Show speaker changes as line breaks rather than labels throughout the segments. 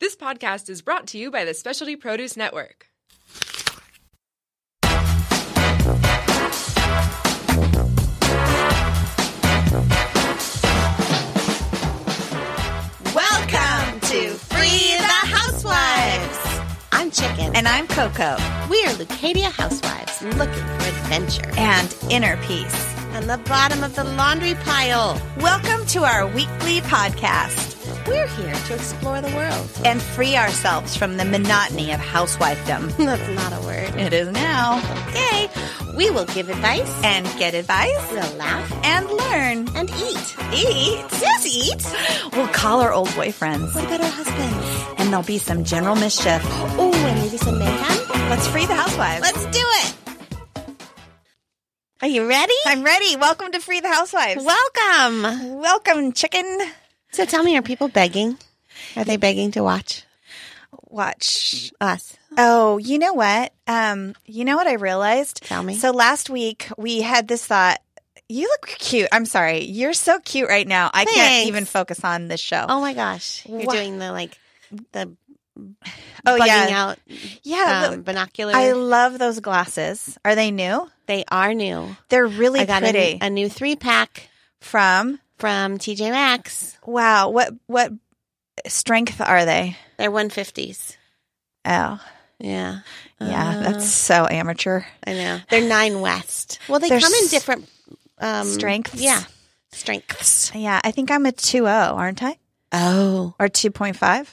This podcast is brought to you by the Specialty Produce Network.
Welcome to Free the Housewives.
I'm Chicken, and
And I'm Coco,
we are Lucadia housewives looking for adventure.
and Inner Peace.
On the bottom of the laundry pile,
Welcome to our weekly podcast
we're here to explore the world.
and free ourselves from the monotony of housewifedom.
That's not a word.
It is now.
Okay, we will give advice,
And get advice
we'll laugh,
and learn.
and eat.
Eat.
Yes, eat.
We'll call our old boyfriends,
What about our husbands?
and there'll be some general mischief.
Oh, and maybe some mayhem?
Let's free the housewives.
Let's do it. Are you ready?
I'm ready. Welcome to Free the Housewives.
Welcome.
Welcome, chicken.
So tell me, are people begging? Are they begging to watch
Watch.
us?
Oh, you know what? Um, you know what I realized?
Tell me.
So last week we had this thought. You look cute. I'm sorry. You're so cute right now. I
Thanks.
can't even focus on this show.
Oh my gosh, you're
Wha-
doing the like the
Oh,
bugging
yeah.
out
yeah.
um,
look,
binocular.
I love those glasses. Are they new?
they are new.
They're really
I got a,
pretty.
new- a new three pack
From
from TJ Maxx.
wow, what what strength are they?
They're one fifties.
Oh,
Yeah,
yeah.
Uh,
that's so amateur.
I know. They're nine West. Well, they
They're
come in
s-
different um,
strengths?
Yeah, strengths.
Yeah, I think I'm a 2.0, aren't I?
Oh,
Or 2.5?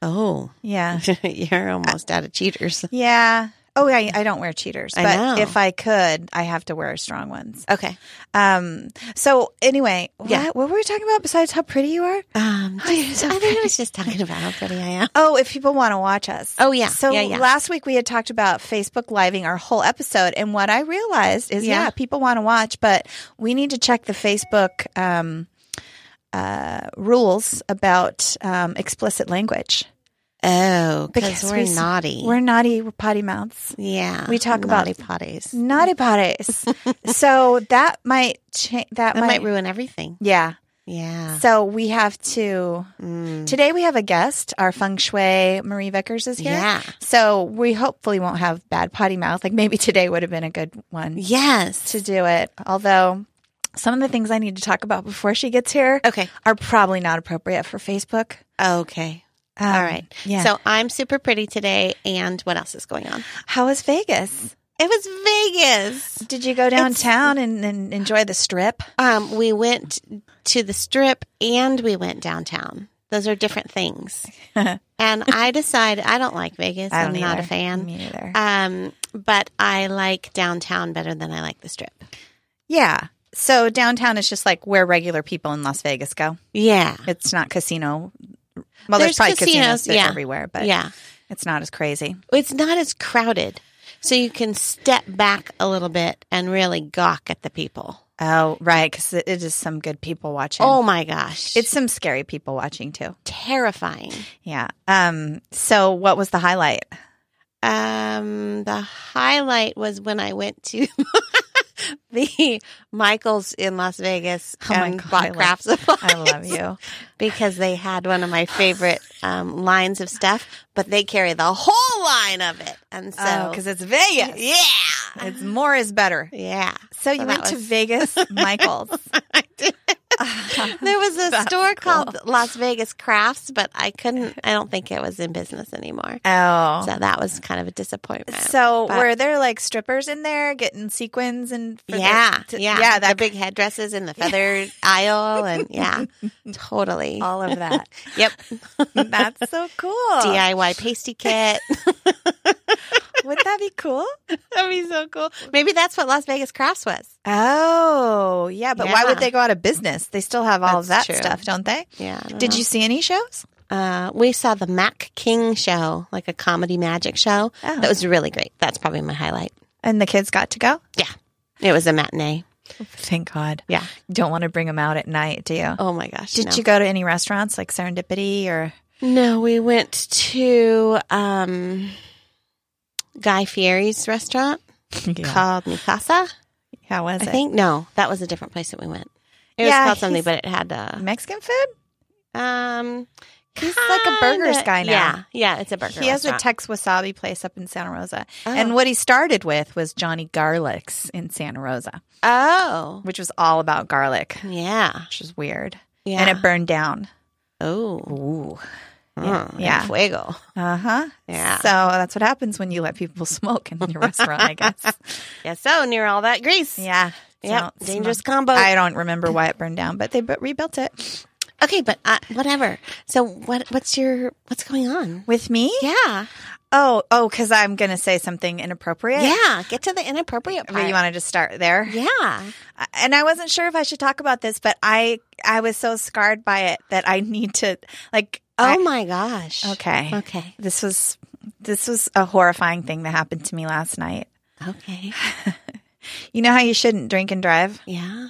oh,
Yeah.
you're almost out of cheaters.
Yeah. Oh, I, I don't wear cheaters,
I
but
know.
if I could, I have to wear strong ones.
Okay.
Um. So anyway,
Yeah.
what, what were we talking about besides how pretty you are?
Um,
Oh, you're so
I think I was just talking about how pretty I am.
Oh, if people want to watch us.
Oh yeah.
So
yeah, yeah.
last week we had talked about Facebook living our whole episode, and what I realized is, yeah,
Yeah.
people want to watch, but we need to check the Facebook um, uh, rules about um, explicit language.
oh, because
Because
we're
we s-
naughty.
We're naughty, we're potty mouths,
yeah.
we talk about-
naughty potties.
naughty potties. so that might change. That,
That might ruin everything.
Yeah.
Yeah.
So we have to.
Mm.
Today we have a guest. Our feng shui Marie Vickers is here.
Yeah.
So we hopefully won't have bad potty mouth. Like maybe today would have been a good one
Yes.
to do it. Although some of the things I need to talk about before she gets here
Okay.
are probably not appropriate for Facebook.
Okay.
Um,
All right.
Yeah. So
So I'm super pretty today. And what else is going on?
how was Vegas?
It was Vegas.
Did you go downtown and, and enjoy the strip?
Um, we went to the strip and we went downtown. Those are different things. and I decided I don't like Vegas.
I
I'm
don't
not a
either.
fan.
Me neither.
Um, but I like downtown better than I like the strip.
yeah. So downtown is just like where regular people in Las Vegas go.
Yeah.
It's not casino. Well, there's,
There's
probably
casinos,
casinos, there's
yeah.
everywhere, but
yeah.
it's not as crazy.
It's not as crowded. So you can step back a little bit and really gawk at the people.
Oh, right, because it is some good people watching.
Oh my gosh.
it's some scary people watching too.
terrifying.
Yeah. Um. So, what was the highlight?
Um, the highlight was when I went to the Michaels in Las Vegas
Oh my
and
God, I
bought
love-
craft supplies
I love you.
because they had one of my favorite um, lines of stuff, but they carry the whole line of it, and
So,
so
because Oh, it's Vegas.
yeah,
It's more is better.
yeah.
So you
that
went to
was-
Vegas, Michaels.
There was a
That's
store called
cool.
Las Vegas Crafts, but I couldn't. I don't think it was in business anymore.
Oh.
So that was kind of a disappointment.
So
uh, But-
were there like strippers in there getting sequins and for the-
yeah,
to-
yeah,
yeah
the
that
big headdresses and the feather aisle, and yeah, totally.
all of that
Yep,
that's so cool
DIY pasty kit.
wouldn't that be cool
That'd be so cool. Maybe that's what Las Vegas Crafts was.
Oh, yeah, but why
Yeah.
would they go out of business? They still have all
That's
that
true. Uh-huh.
stuff, don't they?
Yeah. I don't
Did
know.
you see any shows?
Uh, we saw the Mac King show, like a comedy magic show.
Oh.
That was really great. That's probably my highlight.
And the kids got to go?
Yeah, it was a matinee.
Thank God.
Yeah.
You don't want to bring them out at night, do you?
Oh my gosh.
Did
no.
you go to any restaurants like Serendipity or
No, we went to um, Guy Fieri's restaurant called Mikasa.
How was
I
it?
think no, that was a different place that we went. It
Yeah,
was called something,
he's-
but it had uh,
Mexican food?
um
He's like a burgers
Kinda-
guy now.
Yeah, yeah, it's a burger.
He has a
restaurant. Oh.
Tex Wasabi place up in Santa Rosa. And what he started with was Johnny Garlic's in Santa Rosa,
Oh,
which was all about garlic,
yeah,
which is weird.
yeah.
And it burned down.
Oh,
Ooh.
Mm,
yeah.
Fuego.
Uh huh.
Yeah.
So that's what happens when you let people smoke in your restaurant, I guess.
Yeah. So near all that grease.
Yeah.
Yep.
So,
Dangerous
smoke-
combo.
I don't remember why it burned down, but they bu- rebuilt it.
okay, but uh, whatever. So what? What's your? What's going on?
With me?
Yeah.
Oh, oh, because I'm going to say something inappropriate.
Yeah. Get to the inappropriate
But
part.
you want to just start there? Uh,
yeah.
and I wasn't sure if I should talk about this, but I I was so scarred by it that I need to like
Oh
I-
my gosh.
okay.
Oh, Okay.
This was this was a horrifying thing that happened to me last night.
Okay.
You know how you shouldn't drink and drive,
Yeah.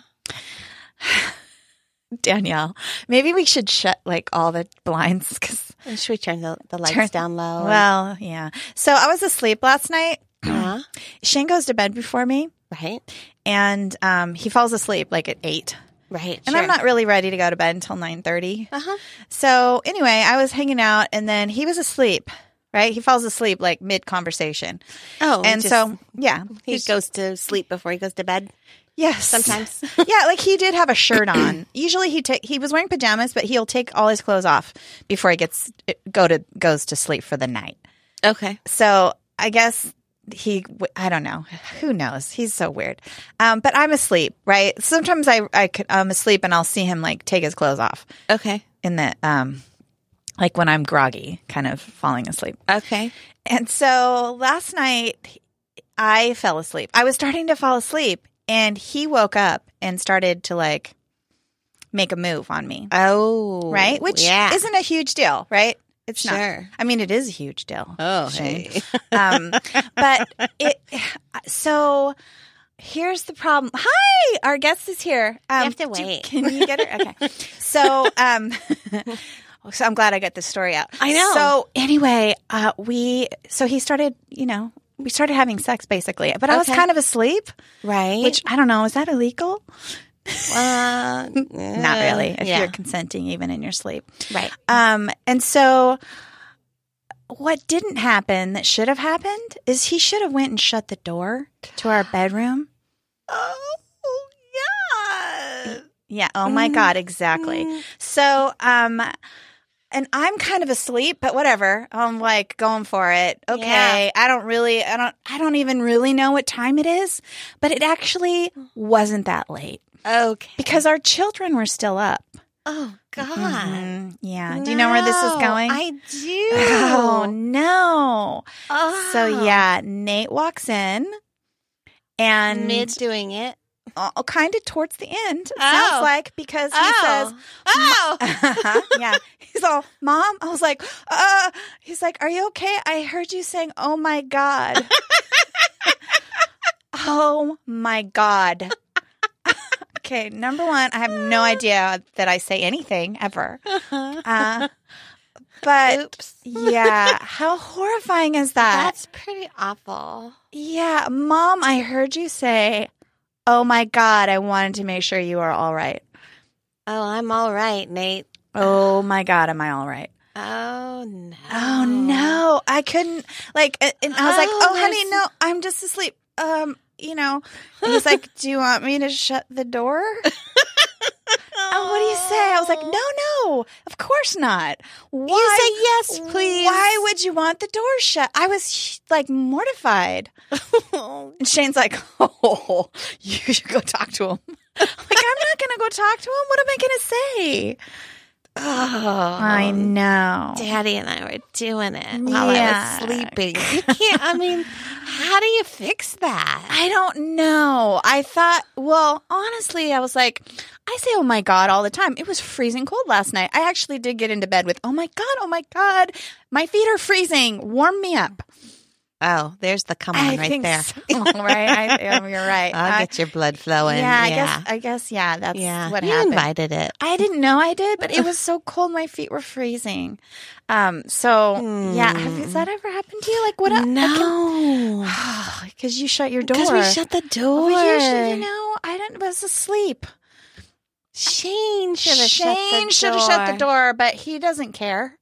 Danielle. Maybe we should shut like all the blinds cuz
And should we turn the, the lights
Turn-
down low?
well, yeah. So I was asleep last night.
yeah.
Shane goes to bed before me
Right.
and um, he falls asleep like at 8.
Right.
And I'm
sure.
not really ready to go to bed until 9:30.
Uh-huh.
So anyway, I was hanging out, and then he was asleep. Right, he falls asleep like mid conversation,
Oh,
and
just-
so yeah,
he goes to sleep before he goes to bed
yes,
sometimes.
yeah, like he did have a shirt on. Usually he take he was wearing pajamas, but he'll take all his clothes off before he gets go to goes to sleep for the night.
okay.
So I guess he, I don't know. Who knows? He's so weird. Um, but I'm asleep, right? Sometimes I, I could, I'm asleep and I'll see him like take his clothes off
Okay.
in the, um, like when I'm groggy, kind of falling asleep.
Okay.
And so last night I fell asleep. I was starting to fall asleep and he woke up and started to like make a move on me,
Oh.
right? Which
yeah.
isn't a huge deal, right? It's not.
sure.
I mean, it is a huge deal.
Oh,
Shane.
hey.
Um, but it, so here's the problem. Hi, our guest is here. Um,
have to
do-
wait.
can you get her? Okay. So, um, so I'm glad I got this story out.
I know.
So anyway, uh, we, so he started, you know, we started having sex basically, but I was
Okay.
kind of asleep,
right.
which I don't know. Is that illegal?
uh,
Not really. If
yeah.
you're consenting even in your sleep.
right.
Um, and so what didn't happen that should have happened is he should have went and shut the door to our bedroom.
Oh yeah.
Yeah. Oh my
Mm-hmm.
God. Exactly. So, um, and I'm kind of asleep, but whatever. I'm like going for it. Okay. I don't really, I don't, I don't even really know what time it is, but it actually wasn't that late
Okay.
because our children were still up.
Oh God.
Mhm. Yeah. Do you know where this is
No,
going?
I do.
Oh no.
Oh.
So yeah, Nate walks in and
mid doing it.
kind of towards the end. It
Oh.
Sounds like because he says, Uh-huh,
"Oh,
yeah, he's all, "Mom," I was like, "Uh," he's like, "Are you okay? I heard you saying, oh my god, oh my god." okay, number one, I have no idea that I say anything ever, uh, but.
Oh. oops,
Yeah, how horrifying is that?
that's pretty awful."
Yeah, mom, I heard you say, "Oh my god, I wanted to make sure you are all right."
Oh, I'm all right, Nate.
Oh my god, am I all right?
Oh no.
Oh no, I couldn't like and and I was like,
Oh,
"Oh honey,
there's-
no, I'm just asleep." Um, you know, and he's like, "Do you want me to shut the door?" Oh, what do you say? I was like, "No, no. Of course not." Why?
You say yes, please.
Why would you want the door shut? I was like mortified.
would?
And Shane's like, oh, you should go talk to him. like, I'm not going to go talk to him. What am I going to say? Um,
oh,
I know.
Daddy and I were doing it while
Yeah.
I was sleeping. You can't. I mean, how do you fix that?
I don't know. I thought, well, honestly, I was like, I say, oh my God, all the time. It was freezing cold last night. I actually did get into bed with, oh my God, oh my God, my feet are freezing. Warm me up.
Oh, there's the come on
I
right
think
there.
so, right? I, yeah, you're right.
I'll
I-
get your blood flowing.
yeah, I guess, I guess, yeah, that's
yeah.
what
you
happened.
invited it.
I didn't know I did, but it was so cold. My feet were freezing. Um, so yeah, have- has that ever happened to you? Like what? a-
No, Mm.
because you shut your door. Oh,
because we shut the door.
Well, you should- you know, I didn't. I was asleep.
Shane should have shut the
Shane should have shut the door, but he doesn't care.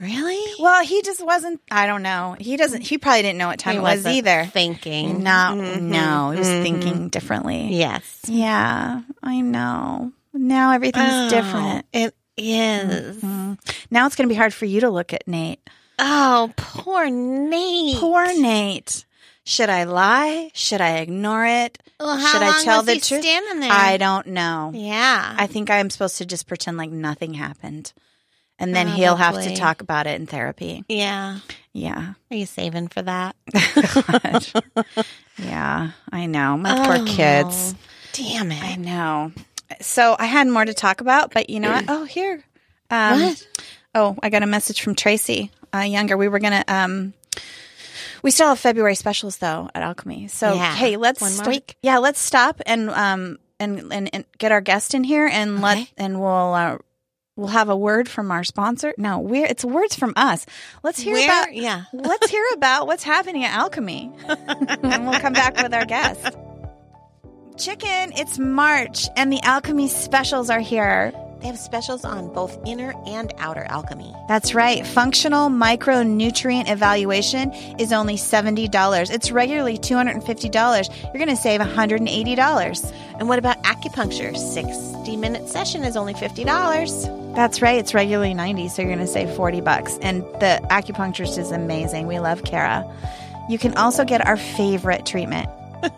Really?
Well, he just wasn't. I don't know. He doesn't. He probably didn't know what time
He
it was
wasn't
either.
Thinking.
Not
Mhm.
no. He was
Mhm.
thinking differently.
Yes.
Yeah, I know. Now everything's
Oh,
different.
It is.
Mm. Now it's going to be hard for you to look at Nate.
Oh, poor Nate.
Poor Nate. Should I lie? Should I ignore it?
Well, how
Should I
long
tell
was
the
he
truth?
Standing there.
I don't know.
Yeah.
I think I'm supposed to just pretend like nothing happened. And
Oh,
then he'll have to
Probably.
talk about it in therapy.
yeah.
Yeah.
Are you saving for that?
God. yeah, I know. My poor kids.
Oh, Damn it.
I know. So I had more to talk about, but you know what? Oh, here. Um,
What?
Oh, I got a message from Tracy uh, Younger. We were gonna. Um, we still have February specials though at Alchemy. So
Yeah.
hey, let's
One more
sto-
week.
Yeah, let's stop and um and and, and get our guest in here and let
Okay.
and we'll. Uh, We'll have a word from our sponsor. No, we're it's words from us. Let's hear
Where-
about
yeah.
let's hear about what's happening at Alchemy. and we'll come back with our guest. Chicken, it's March and the Alchemy specials are here.
They have specials on both inner and outer alchemy.
That's right. Functional micronutrient evaluation is only $70. It's regularly $250. You're going to save $180.
And what about acupuncture? 60 minute session is only $50.
That's right. It's regularly 90, so you're going to save 40 bucks. And the acupuncturist is amazing. We love Kara. You can also get our favorite treatment.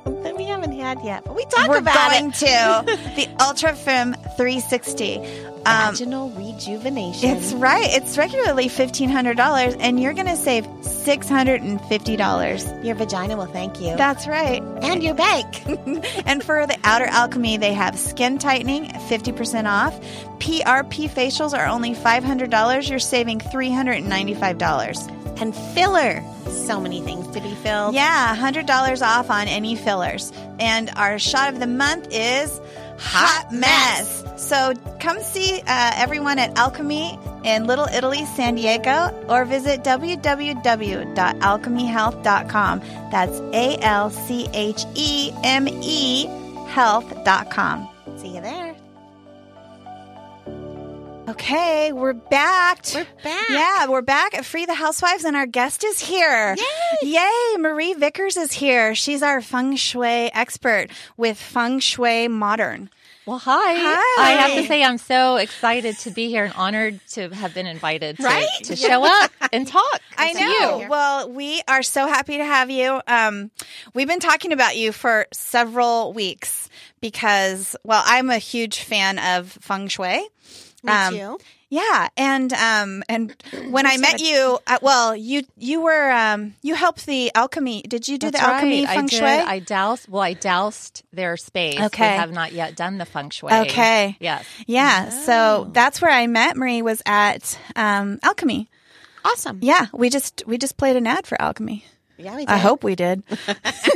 That we haven't had yet, but we talk
We're
about
going
it.
to the Ultra Firm 360. Um,
Vaginal rejuvenation.
it's right. It's regularly $1,500, and you're going to save $650.
your vagina will thank you.
That's right.
and your bank.
and for the outer alchemy, they have skin tightening, 50% off. PRP facials are only $500. You're saving $395.
and filler. So many things to be filled.
Yeah, $100 off on any fillers. And our shot of the month is Hot Mess. So come see uh, everyone at Alchemy in Little Italy, San Diego, or visit www.alchemyhealth.com. That's A L C H E M E health.com.
See you there.
Okay, we're back.
We're back.
Yeah, we're back at Free the Housewives, and our guest is here. Yay! Yay! Marie Vickers is here. She's our feng shui expert with Feng Shui Modern.
Well, hi.
Hi.
I have to say, I'm so excited to be here and honored to have been invited to,
Right?
to show up and talk.
I
to
know.
you.
Well, we are so happy to have you. Um, we've been talking about you for several weeks because, well, I'm a huge fan of feng shui.
Me
Um,
too.
Yeah, and um, and when I met you, uh, well, you you were um, you helped the alchemy. Did you do
That's
the alchemy
right.
feng
I did.
shui?
I doused. Well, I doused their space.
Okay.
We have not yet done the feng shui.
Okay.
Yes.
Yeah, so that's where I met Marie was at um, Alchemy.
Awesome.
Yeah, we just we just played an ad for Alchemy.
Yeah, we did.
I hope we did.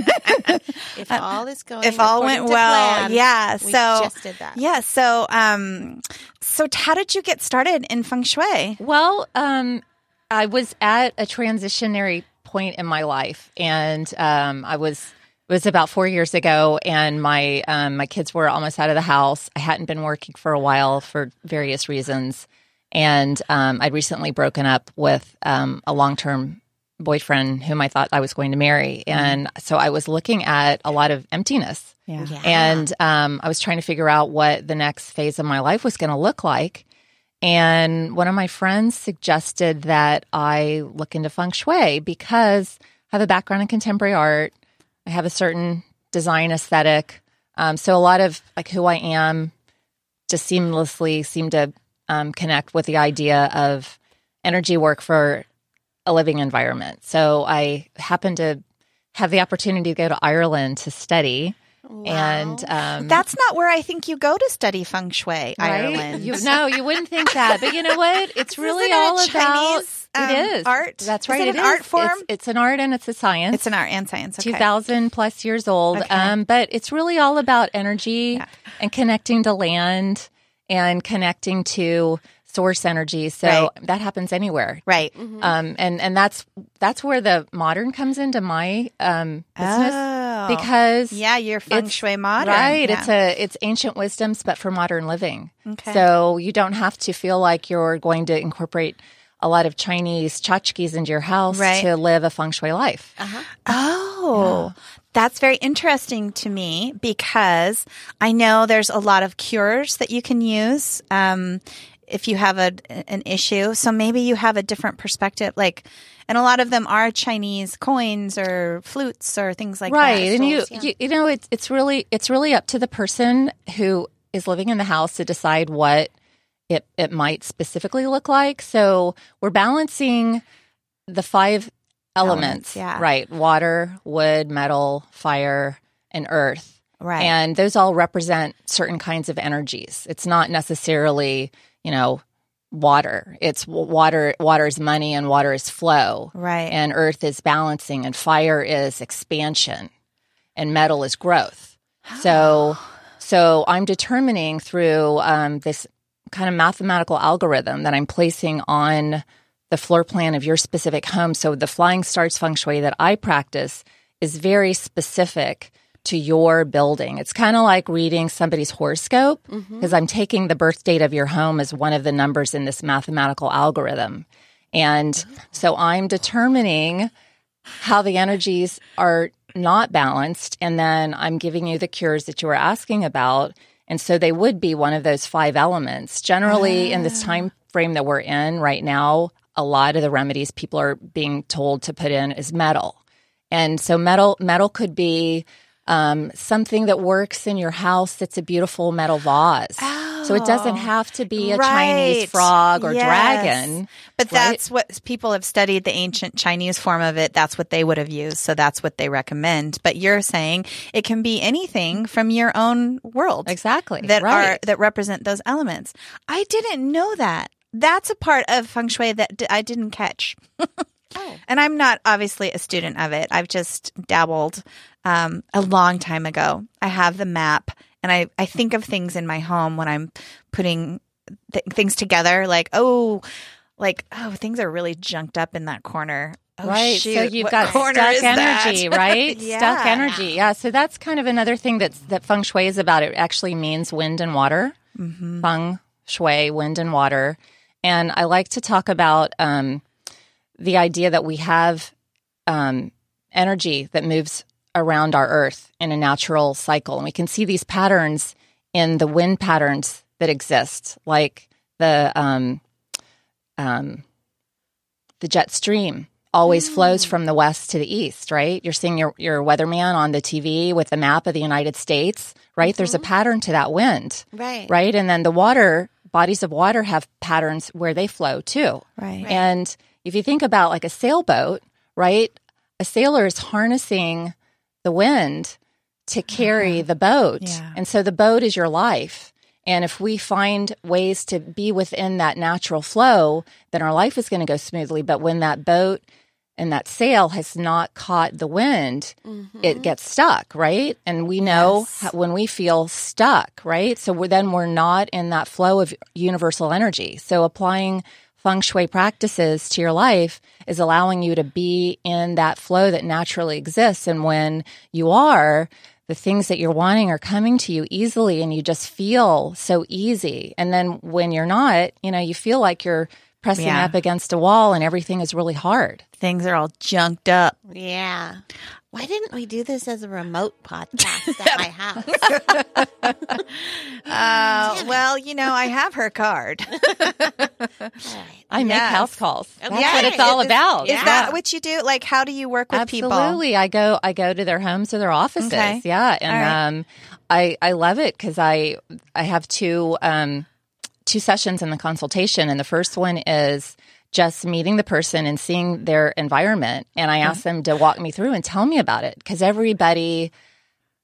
if all is going,
if all
according
went
to
well,
plan,
yeah.
we
so
just did that.
Yeah, so um, so how did you get started in feng shui?
Well, um, I was at a transitionary point in my life, and um, I was it was about four years ago, and my um, my kids were almost out of the house. I hadn't been working for a while for various reasons, and um, I'd recently broken up with um, a long term boyfriend whom I thought I was going to marry, and so I was looking at a lot of emptiness.
Yeah.
Yeah.
And um, I was trying to figure out what the next phase of my life was going to look like. And one of my friends suggested that I look into feng shui because I have a background in contemporary art. I have a certain design aesthetic. Um, so a lot of like who I am just seamlessly seemed to um, connect with the idea of energy work for a living environment. So I happened to have the opportunity to go to Ireland to study. And um,
That's not where I think you go to study feng shui, Ireland.
You, no, you wouldn't think that, but you know what? It's really
Isn't it a
all about
Chinese, um,
it is
art?
That's
Is
right.
it an art
is.
form?
It's, it's an art and it's a science.
it's an art and science. Okay.
2000 plus years old.
Okay.
Um, but it's really all about energy and connecting to land and connecting to source energy. So
Right.
that happens anywhere. Mm-hmm.
Right.
Mm-hmm.
Um, and, and that's, that's where the modern comes into my um, business.
Oh.
because
yeah, you're feng
it's-
shui modern.
right
Yeah.
it's a it's ancient wisdoms but for modern living
Okay.
so you don't have to feel like you're going to incorporate a lot of chinese tchotchkes into your house
Right. Uh-huh.
to live a feng shui life
Oh, that's very interesting to me because I know there's a lot of cures that you can use um, if you have a, an issue. So maybe you have a different perspective. Like, and a lot of them are Chinese coins or flutes or things like that.
right and you,
yeah.
you you know it's it's really it's really up to the person who is living in the house to decide what it it might specifically look like so we're balancing the five
Elements,
elements,
yeah.
right water wood metal fire and earth
Right.
and those all represent certain kinds of energies it's not necessarily you know water it's w- water water is money and water is flow
right.
and earth is balancing and fire is expansion and metal is growth so so i'm determining through um, this kind of mathematical algorithm that i'm placing on the floor plan of your specific home so the flying stars feng shui that i practice is very specific to your building it's kind of like reading somebody's horoscope because i'm taking the birth date of your home as one of the numbers in this mathematical algorithm and so I'm determining how the energies are not balanced. And then I'm giving you the cures that you were asking about. And so they would be one of those five elements. Generally, in this time frame that we're in right now, a lot of the remedies people are being told to put in is metal. And so metal metal could be um, something that works in your house that's a beautiful metal vase. so it doesn't have to be a Chinese
Right.
frog or
Yes.
dragon.
But that's what people have studied the ancient Chinese form of it. That's what they would have used. So that's what they recommend. But you're saying it can be anything from your own world.
Exactly.
That
right.
are that represent those elements. I didn't know that. That's a part of feng shui that d- I didn't catch.
Oh.
And I'm not obviously a student of it. I've just dabbled um, a long time ago. I have the map and I, I think of things in my home when I'm putting th- things together, like, oh, like, oh, things are really junked up in that corner. Oh,
right.
Shoot,
so you've
what
got
corner
stuck
is that?
energy, right? Stuck
Yeah.
energy. Yeah. So that's kind of another thing that's that feng shui is about. It actually means wind and water.
Mm-hmm. Mm.
Feng shui, wind and water. And I like to talk about um, the idea that we have um, energy that moves around our earth in a natural cycle. And we can see these patterns in the wind patterns that exist, like the um, um, the jet stream always flows from the west to the east, right? You're seeing your, your weatherman on the TV with a map of the United States, right? There's a pattern to that wind,
Right.
right? And then the water, bodies of water have patterns where they flow too.
Right.
And if you think about like a sailboat, right? A sailor is harnessing the wind to carry the boat.
Yeah.
And so the boat is your life. And if we find ways to be within that natural flow, then our life is going to go smoothly. But when that boat and that sail has not caught the wind, it gets stuck, right? And we know ho- when we feel stuck, right? So we're, then we're not in that flow of universal energy. So applying feng shui practices to your life is allowing you to be in that flow that naturally exists. And when you are, the things that you're wanting are coming to you easily and you just feel so easy. And then when you're not, you know, you feel like you're pressing
Yeah.
up against a wall and everything is really hard.
Things are all junked up.
Yeah. Why didn't we do this as a remote podcast at my house?
Uh, well, you know, I have her card.
I make
Yes.
house calls. That's
Yeah.
what it's all
Is-
about.
Is that what you do? Like, how do you work with people?
Absolutely. I go I go to their homes or their offices.
Okay.
Yeah. And
All right.
um I I love it cuz I I have two um two sessions in the consultation and the first one is just meeting the person and seeing their environment and I ask them to walk me through and tell me about it cuz everybody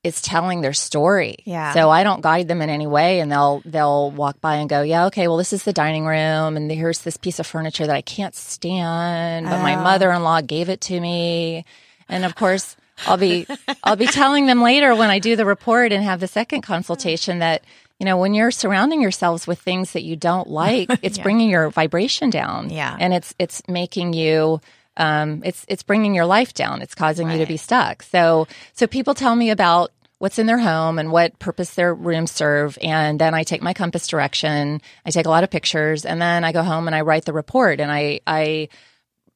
is telling their story.
Yeah.
So I don't guide them in any way and they'll they'll walk by and go, "Yeah, okay, well this is the dining room and here's this piece of furniture that I can't stand, but my mother-in-law gave it to me." And of course, I'll be I'll be telling them later when I do the report and have the second consultation that you know, when you're surrounding yourselves with things that you don't like, it's bringing your vibration down.
Yeah.
And it's it's making you um, it's it's bringing your life down. It's causing you to be stuck. So so people tell me about what's in their home and what purpose their rooms serve, and then I take my compass direction. I take a lot of pictures, and then I go home and I write the report, and I I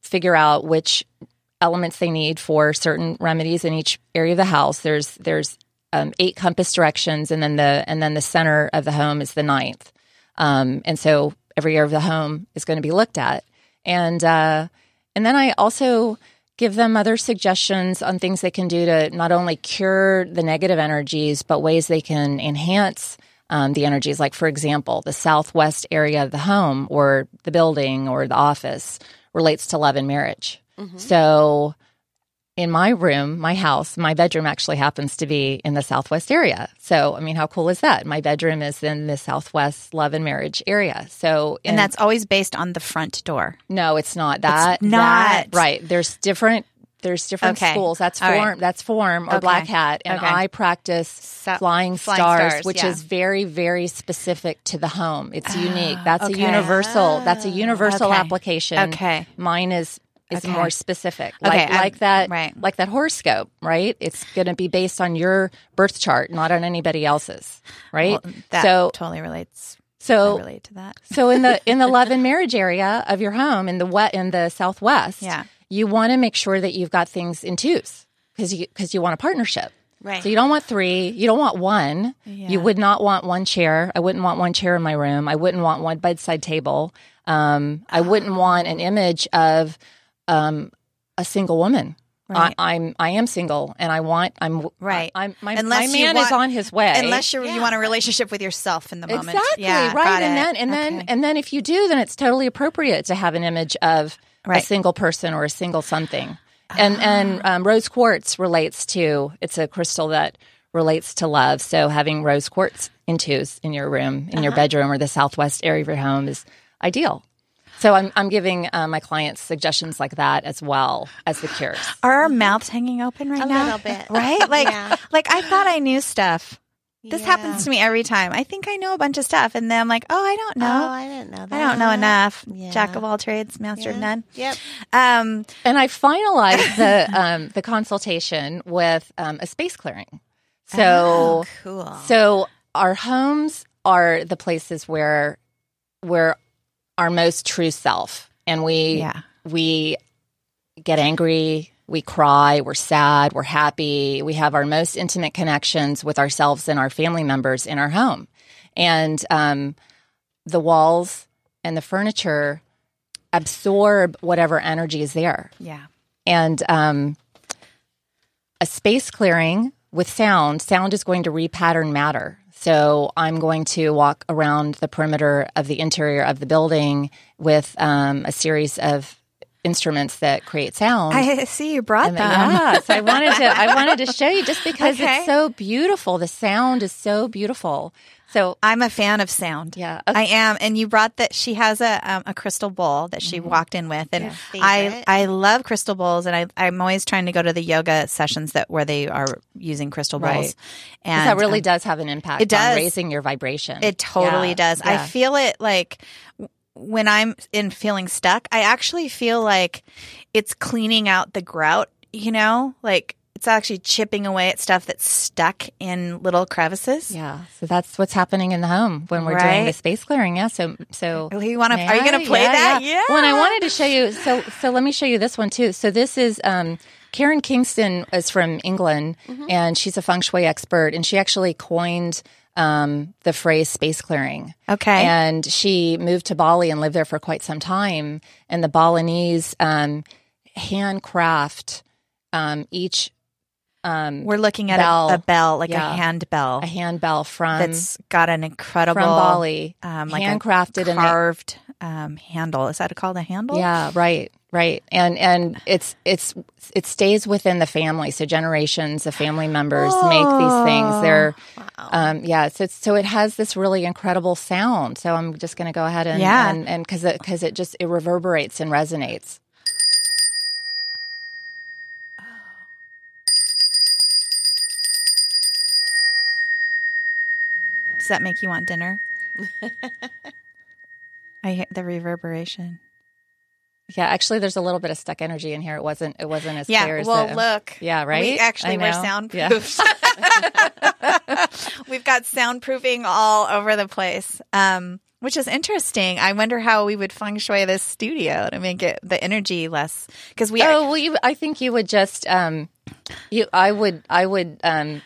figure out which elements they need for certain remedies in each area of the house. There's there's um, eight compass directions, and then the and then the center of the home is the ninth, um, and so every area of the home is going to be looked at, and uh, and then I also give them other suggestions on things they can do to not only cure the negative energies, but ways they can enhance um, the energies. Like, for example, the southwest area of the home or the building or the office relates to love and marriage.
Mm-hmm.
So, in my room, my house, my bedroom actually happens to be in the southwest area. So, I mean, how cool is that? My bedroom is in the southwest love and marriage area. So,
and that's always based on the front door.
no, it's not that.
not.
that- right. There's different. There's different
Okay.
schools. That's
All
form.
right.
That's form or
Okay.
black hat. And
Okay.
I practice
So-
flying,
flying
stars,
stars,
which
yeah. Ah,
is very, very specific to the home. It's unique. That's a universal. That's a universal
Okay.
application.
Okay.
Mine is is
Okay.
more specific.
Okay,
Like
I'm-
like that.
right.
Like that horoscope. Right. It's going to be based on your birth chart, not on anybody else's. Right.
That
so Oh.
totally relates. I
so
relate to that.
so in the in the love and marriage area of your home in the wet in the southwest,
Yeah.
you want to make sure that you've got things in twos because you because you want a partnership.
Right.
So you don't want three. You don't want one. You would not want one chair. I wouldn't want one chair in my room. I wouldn't want one bedside table. Um, I
Oh.
wouldn't want an image of um, a single woman.
Right.
I, I'm I am single, and I want I'm
Right.
I, am my,
Unless
my
you
man is
want-
on his way.
Unless you you want a relationship with yourself in the moment.
Exactly.
Yeah, got
right. And
it.
then and then
Okay.
and then if you do, then it's totally appropriate to have an image of
Right.
a single person or a single something. And and um, rose quartz relates to it's a crystal that relates to love. So having rose quartz in twos in your room, in your bedroom, or the southwest area of your home is ideal. So I'm I'm giving uh, my clients suggestions like that as well as the cures.
Are our mouths hanging open right
A
now?
little bit.
Right? Like
Yeah.
like I thought I knew stuff. This
Yeah.
happens to me every time. I think I know a bunch of stuff and then I'm like, "Oh, I don't know.
Oh, I didn't know that.
I don't know enough.
Yeah.
Jack of all trades, master of
Yeah.
none."
Yep.
Um,
And I finalized the um, the consultation with um, a space clearing. So
Oh,
cool.
So our homes are the places where we're our most true self, and we
Yeah.
we get angry, we cry, we're sad, we're happy. We have our most intimate connections with ourselves and our family members in our home, and um, the walls and the furniture absorb whatever energy is there
Yeah.
and um, a space clearing with sound. Sound is going to repattern matter. So I'm going to walk around the perimeter of the interior of the building with um, a series of instruments that create sound.
I see you brought
Um, And
them.
that- Yeah, so I wanted to I wanted to show you just because
Okay.
it's so beautiful. The sound is so beautiful. So
I'm a fan of sound.
Yeah.
I am. And you brought that she has a um, a crystal bowl that
Mm-hmm.
she walked in with, and I
Favorite.
I love crystal bowls, and I I'm always trying to go to the yoga sessions that where they are using crystal bowls,
Right.
and
that really
um,
does have an impact
it does.
on raising your vibration.
it totally
Yeah,
does. I
yeah.
feel it like w- when I'm in feeling stuck, I actually feel like it's cleaning out the grout, you know, like it's actually chipping away at stuff that's stuck in little crevices.
Yeah, so that's what's happening in the home when we're doing the
Right.
space clearing. Yeah, so so
Really, you wanna- are you gonna
Yeah,
play that? Yeah.
Well, and I wanted to show you. So so let me show you this one too. So this is um, Karen Kingston is from England,
Mm-hmm.
and she's a feng shui expert, and she actually coined um, the phrase space clearing.
Okay.
And she moved to Bali and lived there for quite some time. And the Balinese um, handcraft um, each um,
We're looking at
Bell.
A, a bell, like a
Yeah.
hand bell.
a handbell from
that's got an incredible
from Bali,
um, like a
handcrafted and they-
carved um, handle. Is that called a handle?
yeah, right, right, and and it's it's it stays within the family, so generations of family members make these
Ah.
things. They're
uh,
um, yeah, so it's, so it has this really incredible sound. So I'm just going to go ahead and
Yeah.
and and because it because it just it reverberates and resonates.
Does that make you want dinner? I hear the reverberation.
Yeah, actually, there's a little bit of stuck energy in here. It wasn't. It wasn't as
yeah.
clear as
well,
the-
look.
Yeah, right.
We
I
actually were
know.
soundproofed. We've got soundproofing all over the place, um, which is interesting. I wonder how we would feng shui this studio to make it the energy less because we.
Oh well, you. I think you would just. Um, you. I would. I would. Um,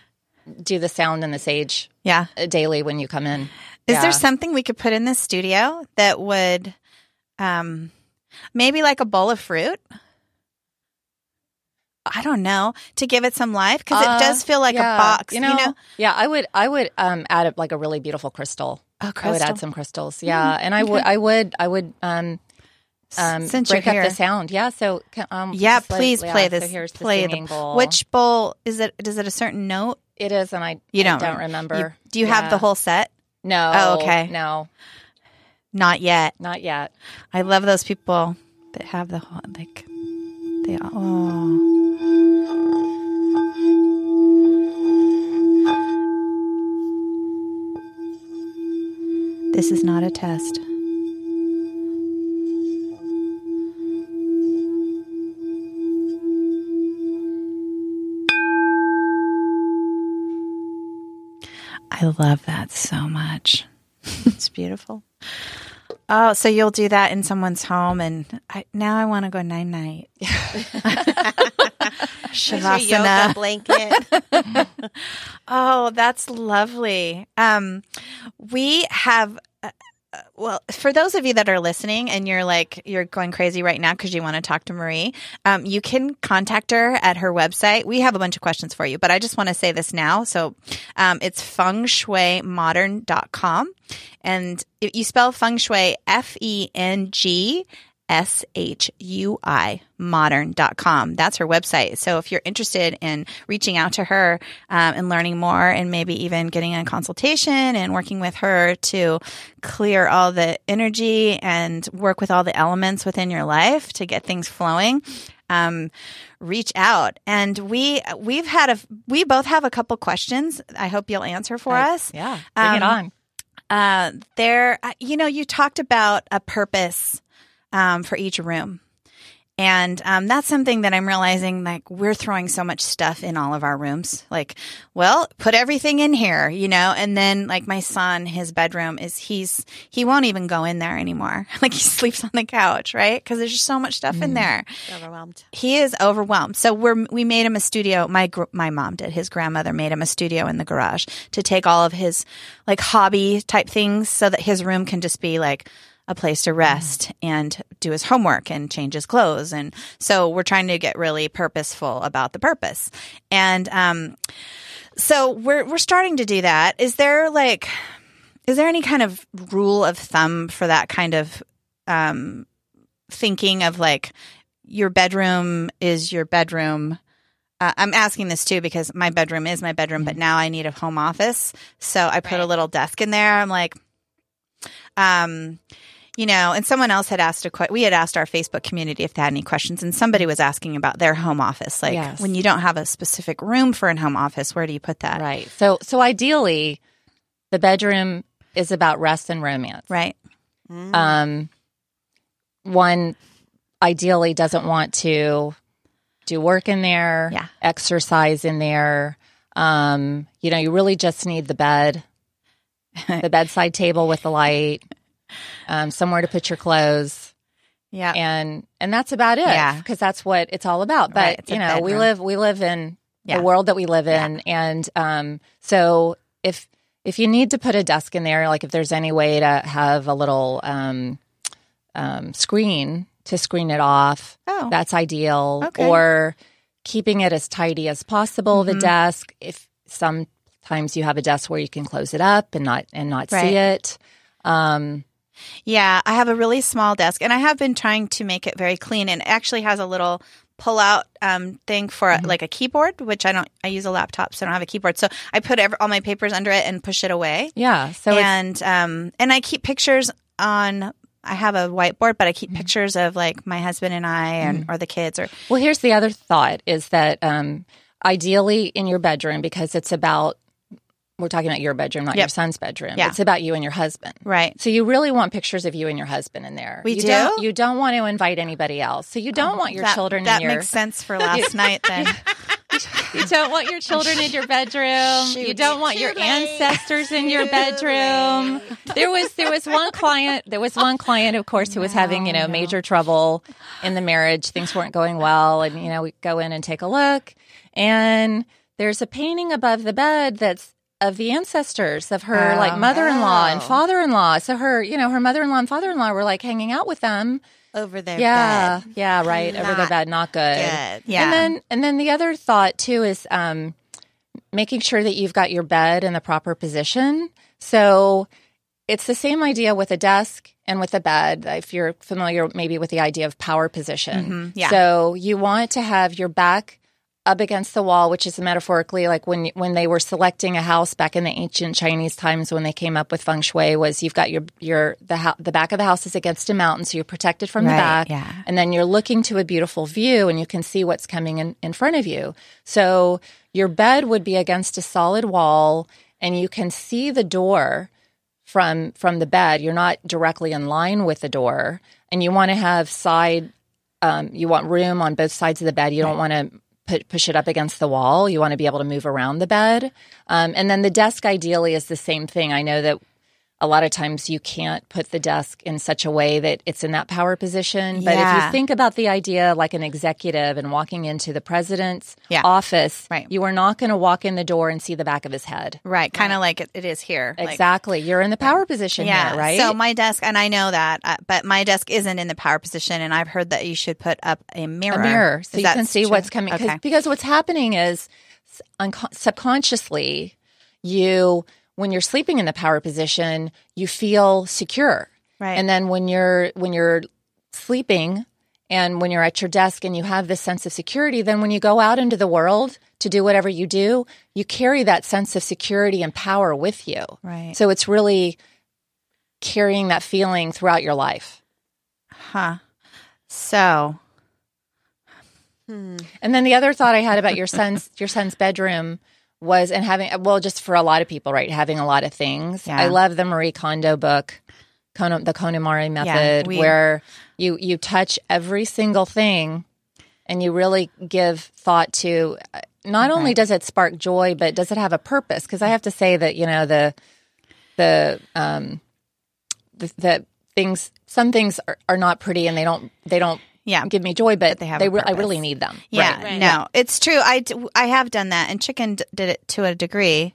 do the sound and the sage
yeah.
uh, daily when you come in. Is
Is there something we could put in this studio that would, um, maybe like a bowl of fruit? I don't know to give it some life because
Uh,
it does feel like
yeah, oh,
a box. You know,
Yeah, I would. I would um, add a, like a really beautiful crystal.
oh,
I would add some crystals. Yeah,
Mm-hmm.
and I would. I would. I would. Um, um,
Since
break
you're
up
here,
the sound. Yeah. So. can- Um,
Yeah,
just let-
please
yeah,
play
so
this-
here's the
play the-
singing bowl.
Which bowl is it? Does it a certain note?
it is, and I
You
I
don't
don't
rem-
remember.
You, do you have
Yeah.
the whole set?
No.
Oh, okay.
No,
Not yet.
not yet.
I love those people that have the whole like they all. Oh. This is not a test. I love that so much.
It's beautiful.
Oh, so you'll do that in someone's home, and I, now I want to go night night.
Here's your yoga
Shavasana.
blanket.
Oh, that's lovely. Um, we have. uh, uh, Well, for those of you that are listening and you're like, you're going crazy right now because you want to talk to Marie, um, you can contact her at her website. We have a bunch of questions for you, but I just want to say this now. So um, it's fengshuimodern.com. And if you spell feng shui, F E N G S H U I modern.com. That's her website. So if you're interested in reaching out to her um, and learning more and maybe even getting a consultation and working with her to clear all the energy and work with all the elements within your life to get things flowing, um, reach out. And we, we've had a, we both have a couple questions. I hope you'll answer for
I-
us.
Yeah. Bring it
Um,
on.
Uh, there, uh, you know, you talked about a purpose um, for each room. And um, that's something that I'm realizing like we're throwing so much stuff in all of our rooms. Like, well, put everything in here, you know? And then like my son, his bedroom is he's he won't even go in there anymore. Like he sleeps on the couch, right? Cuz there's just so much stuff in there
Overwhelmed.
he is overwhelmed. So we're we made him a studio. My gr- my mom did. His grandmother made him a studio in the garage to take all of his like hobby type things, so that his room can just be like a place to rest and do his homework and change his clothes. And so we're trying to get really purposeful about the purpose. And um, so we're we're starting to do that. Is there like is there any kind of rule of thumb for that kind of um, thinking of like your bedroom is your bedroom. Uh, I'm asking this too because my bedroom is my bedroom, but now I need a home office. So I put a
Right.
little desk in there. I'm like, um, you know, and someone else had asked a question. We had asked our Facebook community if they had any questions, and somebody was asking about their home office. Like,
Yes.
when you don't have a specific room for an home office, where do you put that?
Right. So so ideally, the bedroom is about rest and romance.
Right.
Um, one ideally doesn't want to do work in there,
Yeah.
exercise in there. Um, you know, you really just need the bed, the bedside table with the light, um, somewhere to put your clothes,
Yeah.
and and that's about it.
Uh, Yeah.
because that's what it's all about. But
Right, it's a
you know, we
bedroom.
live we live in
Yeah.
the world that we live in, and um, so if if you need to put a desk in there, like if there's any way to have a little um, um, screen to screen it off,
oh.
that's ideal.
Okay.
Or keeping it as tidy as possible. The
Mhm.
desk, if sometimes you have a desk where you can close it up and not and not
Right.
see it. Um,
Yeah, I have a really small desk, and I have been trying to make it very clean. And it actually has a little pull-out um, thing for
Mm-hmm.
like a keyboard, which I don't. I use a laptop, so I don't have a keyboard. So I put every, all my papers under it and push it away.
yeah. So it's
and um, and I keep pictures on. I have a whiteboard, but I keep
Mm-hmm.
pictures of like my husband and I, and or the kids, or
Well, here's the other thought is that um, ideally in your bedroom, because it's about we're talking about your bedroom, not
Yep.
your son's bedroom.
Yeah.
It's about you and your husband.
Right.
So you really want pictures of you and your husband in there.
We
you
do? Um,
not you don't want to invite anybody else. So you don't want your
that,
children
That
in your
makes sense for last night then.
you don't want your children in your bedroom. You don't want your ancestors in your bedroom. There was there was one client there was one client of course who was having, you know, major trouble in the marriage. Things weren't going well and you know, we go in and take a look and there's a painting above the bed that's of the ancestors of her
Oh.
like mother-in-law and
Oh.
father-in-law. So her, you know, her mother-in-law and father-in-law were like hanging out with them.
over there.
Yeah. Yeah, right. Over
Not
their bed, not
Good.
Yeah.
and then and then the other thought too is um, making sure that you've got your bed in the proper position. So it's the same idea with a desk and with a bed. If you're familiar maybe with the idea of power position.
Mhm. Yeah.
So you want to have your back up against the wall, which is metaphorically like when when they were selecting a house back in the ancient Chinese times when they came up with feng shui was you've got your your the hou- the back of the house is against a mountain, so you're protected from the
Right,
back,
yeah.
and then you're looking to a beautiful view and you can see what's coming in in front of you. So your bed would be against a solid wall, and you can see the door from from the bed. You're not directly in line with the door, and you want to have side. Um, you want room on both sides of the bed. You don't want to put, push it up against the wall. You want to be able to move around the bed. Um, and then the desk ideally is the same thing. I know that a lot of times you can't put the desk in such a way that it's in that power position. But if
Yeah.
you think about the idea like an executive and walking into the president's
Yeah.
office,
Right.
you are not going to walk in the door and see the back of his head.
right. Kind of like it, it is here. Like,
Exactly. You're in the power position
yeah.
here, right?
So my desk, and I know that, uh, but my desk isn't in the power position, and I've heard that you should put up a mirror.
a mirror
Is
so you
that
can see
true?
what's coming 'Cause-
Okay.
because what's happening is s- unco- subconsciously you when you're sleeping in the power position you feel secure
Right.
and then when you're when you're sleeping and when you're at your desk and you have this sense of security then when you go out into the world to do whatever you do you carry that sense of security and power with you
Right.
so it's really carrying that feeling throughout your life
Huh. So
And then the other thought I had about your son's your son's bedroom was and having well, just for a lot of people, right? Having a lot of things.
Yeah.
I love the Marie Kondo book, Kono, the Konamari method,
we-
where you you touch every single thing, and you really give thought to. uh, Not only does it spark joy, but does it have a purpose? Because I have to say that you know the the um the, the things some things are, are not pretty and they don't they don't
yeah.
give me joy, but,
they
they
have
have
a
re- I
purpose.
really need them.
Yeah,
Right.
no, it's true. I, d- I have done that, and chicken d- did it to a degree,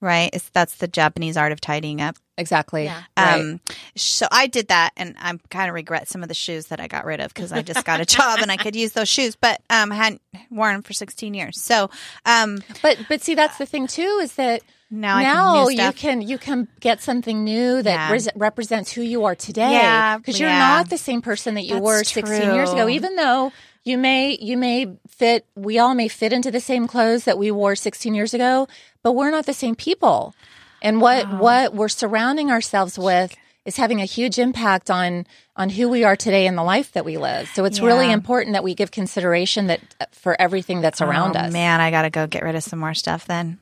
right? It's, that's the Japanese art of tidying up.
Exactly.
Yeah.
Right.
Um, so I did that, and I kind of regret some of the shoes that I got rid of because I just got a job and I could use those shoes, but um, I hadn't worn them for sixteen years. So um,
But but see, that's the thing too is that
now, I
now
can use
you
stuff.
can you can get something new that
Yeah.
res- represents who you are today.
Yeah,
because you're
yeah.
not the same person that you
That's
were 16 years ago.
true.
Even though you may you may fit, we all may fit into the same clothes that we wore 16 years ago, but we're not the same people. And what what we're surrounding ourselves with is having a huge impact on on who we are today and the life that we live. So it's really
Yeah.
important that we give consideration that uh, for everything that's around
oh,
us.
Man, I gotta go get rid of some more stuff then.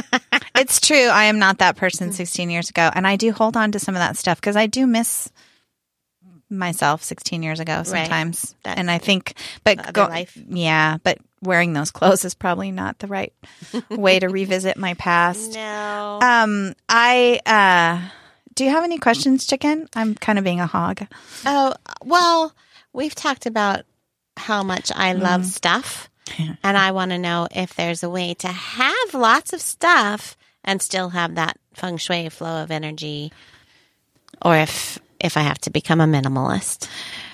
it's true. I am not that person 16 years ago, and I do hold on to some of that stuff because I do miss myself 16 years ago sometimes.
That-
and I think, but
other
go,
life.
yeah, but wearing those clothes is probably not the right way to revisit my past.
No.
Um, I uh, do you have any questions, Chicken? I'm kind of being a hog.
Oh, well, we've talked about how much I
Mm-hmm.
love stuff. And I want to know if there's a way to have lots of stuff and still have that feng shui flow of energy or if if I have to become a minimalist.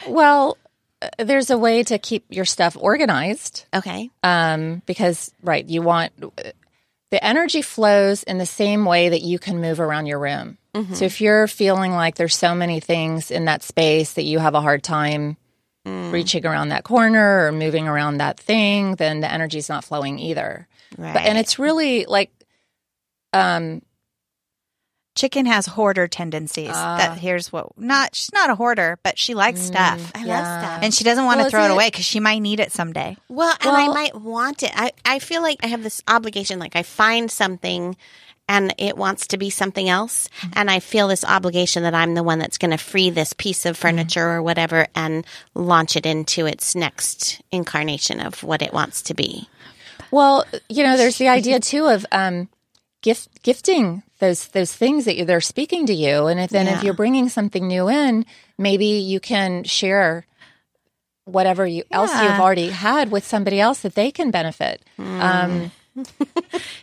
Well, uh, there's a way to keep your stuff organized
Okay.
um, because, right, you want the energy flows in the same way that you can move around your room. So if you're feeling like there's so many things in that space that you have a hard time reaching around that corner or moving around that thing, then the energy's not flowing either.
Right.
But, and it's really like, um,
Chicken has hoarder tendencies.
Ah.
that here's what not she's not a hoarder, but she likes stuff.
I
yeah.
love stuff.
and she doesn't want
Well,
to throw it
isn't it-
away because she might need it someday.
Well, and I
Well-
might want it. I, I feel like I have this obligation. Like I find something and it wants to be something else.
Mm-hmm.
And I feel this obligation that I'm the one that's going to free this piece
Mm-hmm.
of furniture or whatever and launch it into its next incarnation of what it wants to be.
Well, you know, there's the idea too of um, gift gifting those those things that you, they're speaking to you, and if, then if
Yeah.
you're bringing something new in, maybe you can share whatever you else you've
Yeah.
already had with somebody else that they can benefit. Um,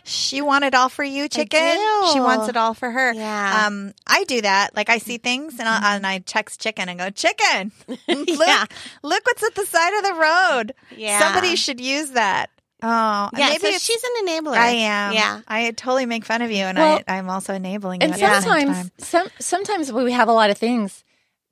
She want it all for you, chicken. She wants it all for her.
Yeah. Mm-hmm.
Um, I do that. Like I see things and I, and I text chicken and go, chicken. Look,
Yeah.
look what's at the side of the road.
Yeah.
Somebody should use that. Oh,
Yeah,
maybe
so
it's-
she's an enabler.
I am.
Yeah.
I totally make fun of you, and
Well,
I, I'm also enabling you.
and
at the same
sometimes
time.
some sometimes we have a lot of things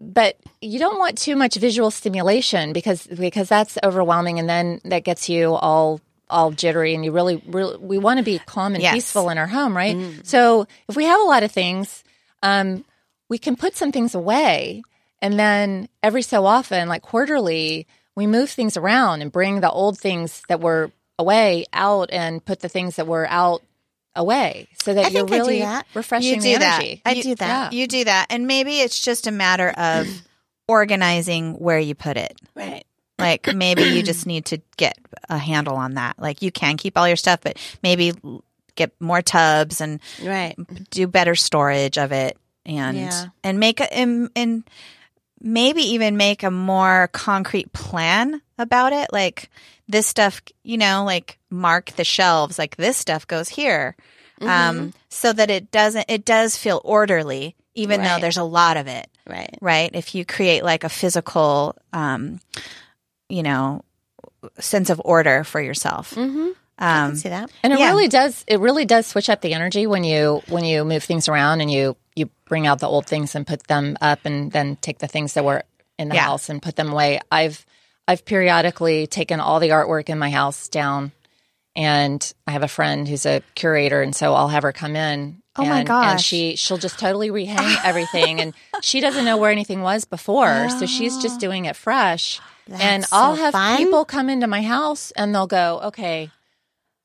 but you don't want too much visual stimulation because because that's overwhelming and then that gets you all all jittery and you really, really we want to be calm and
Yes. Mm.
peaceful in our home right so if we have a lot of things um, we can put some things away and then every so often like quarterly we move things around and bring the old things that were away out and put the things that were out away so that
I
you're
think I do
really
that.
refreshing
you do
the
that.
energy.
I
You-
do that.
You do that, and maybe it's just a matter of organizing where you put it.
Right.
Like maybe you just need to get a handle on that. Like you can keep all your stuff, but maybe l- get more tubs and
Right.
do better storage of it, and
Yeah.
and make a and, and maybe even make a more concrete plan about it. Like this stuff, you know, like mark the shelves. Like this stuff goes here,
Mm-hmm.
um, so that it doesn't. It does feel orderly, even though
Right.
there's a lot of it
Right.
right? If you create like a physical, um, you know, sense of order for yourself.
Mm-hmm. I
Um,
can see that.
And it
Yeah.
really does it really does switch up the energy when you when you move things around and you you bring out the old things and put them up and then take the things that were in the
Yeah.
house and put them away. I've I've periodically taken all the artwork in my house down and I have a friend who's a curator and so I'll have her come in
Oh my
and, and
gosh.
she she'll just totally rehang everything and she doesn't know where anything was before so she's just
Oh.
doing it fresh and
That's
I'll
so
have
fun.
people come into my house and they'll go, okay,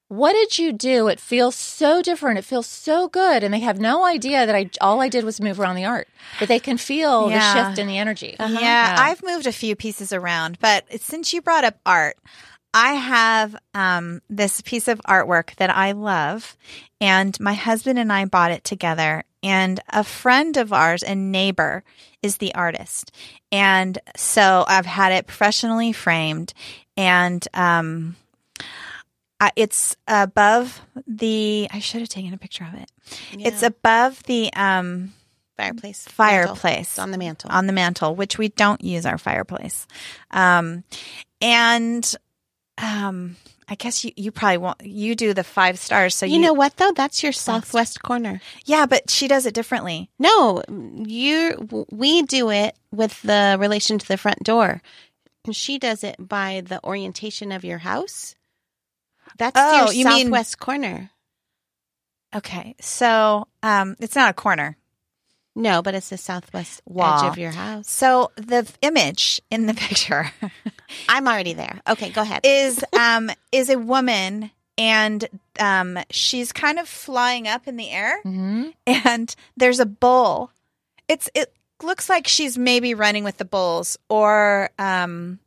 what did you do? It feels so different. It feels so good. And they have no idea that I all I did was move around the art, but they can feel the
Yeah. Uh-huh.
shift in the energy.
yeah,
Uh-huh. Yeah.
I've moved a few pieces around, but since you brought up art, I have um, this piece of artwork that I love, and my husband and I bought it together. And a friend of ours and neighbor is the artist. And so I've had it professionally framed, and um, uh, it's above the i should have taken a picture of it it's
Yeah.
above the um
fireplace.
fireplace
Mantle. on the mantle.
on the mantle which we don't use our fireplace um and um i guess you you probably won't you do the five stars so
you, know what though? That's your southwest corner.
yeah but she does it differently
No, you. We do it with the relation to the front door. She does it by the orientation of your house. That's
Oh,
your
you mean-
southwest corner.
okay so um it's not a corner
No, but it's the southwest edge
Wall.
of your house.
so the f- image in the picture
I'm already there. Okay, go ahead.
is um is a woman and um she's kind of flying up in the air
hmm
and there's a bull. It's it looks like she's maybe running with the bulls or um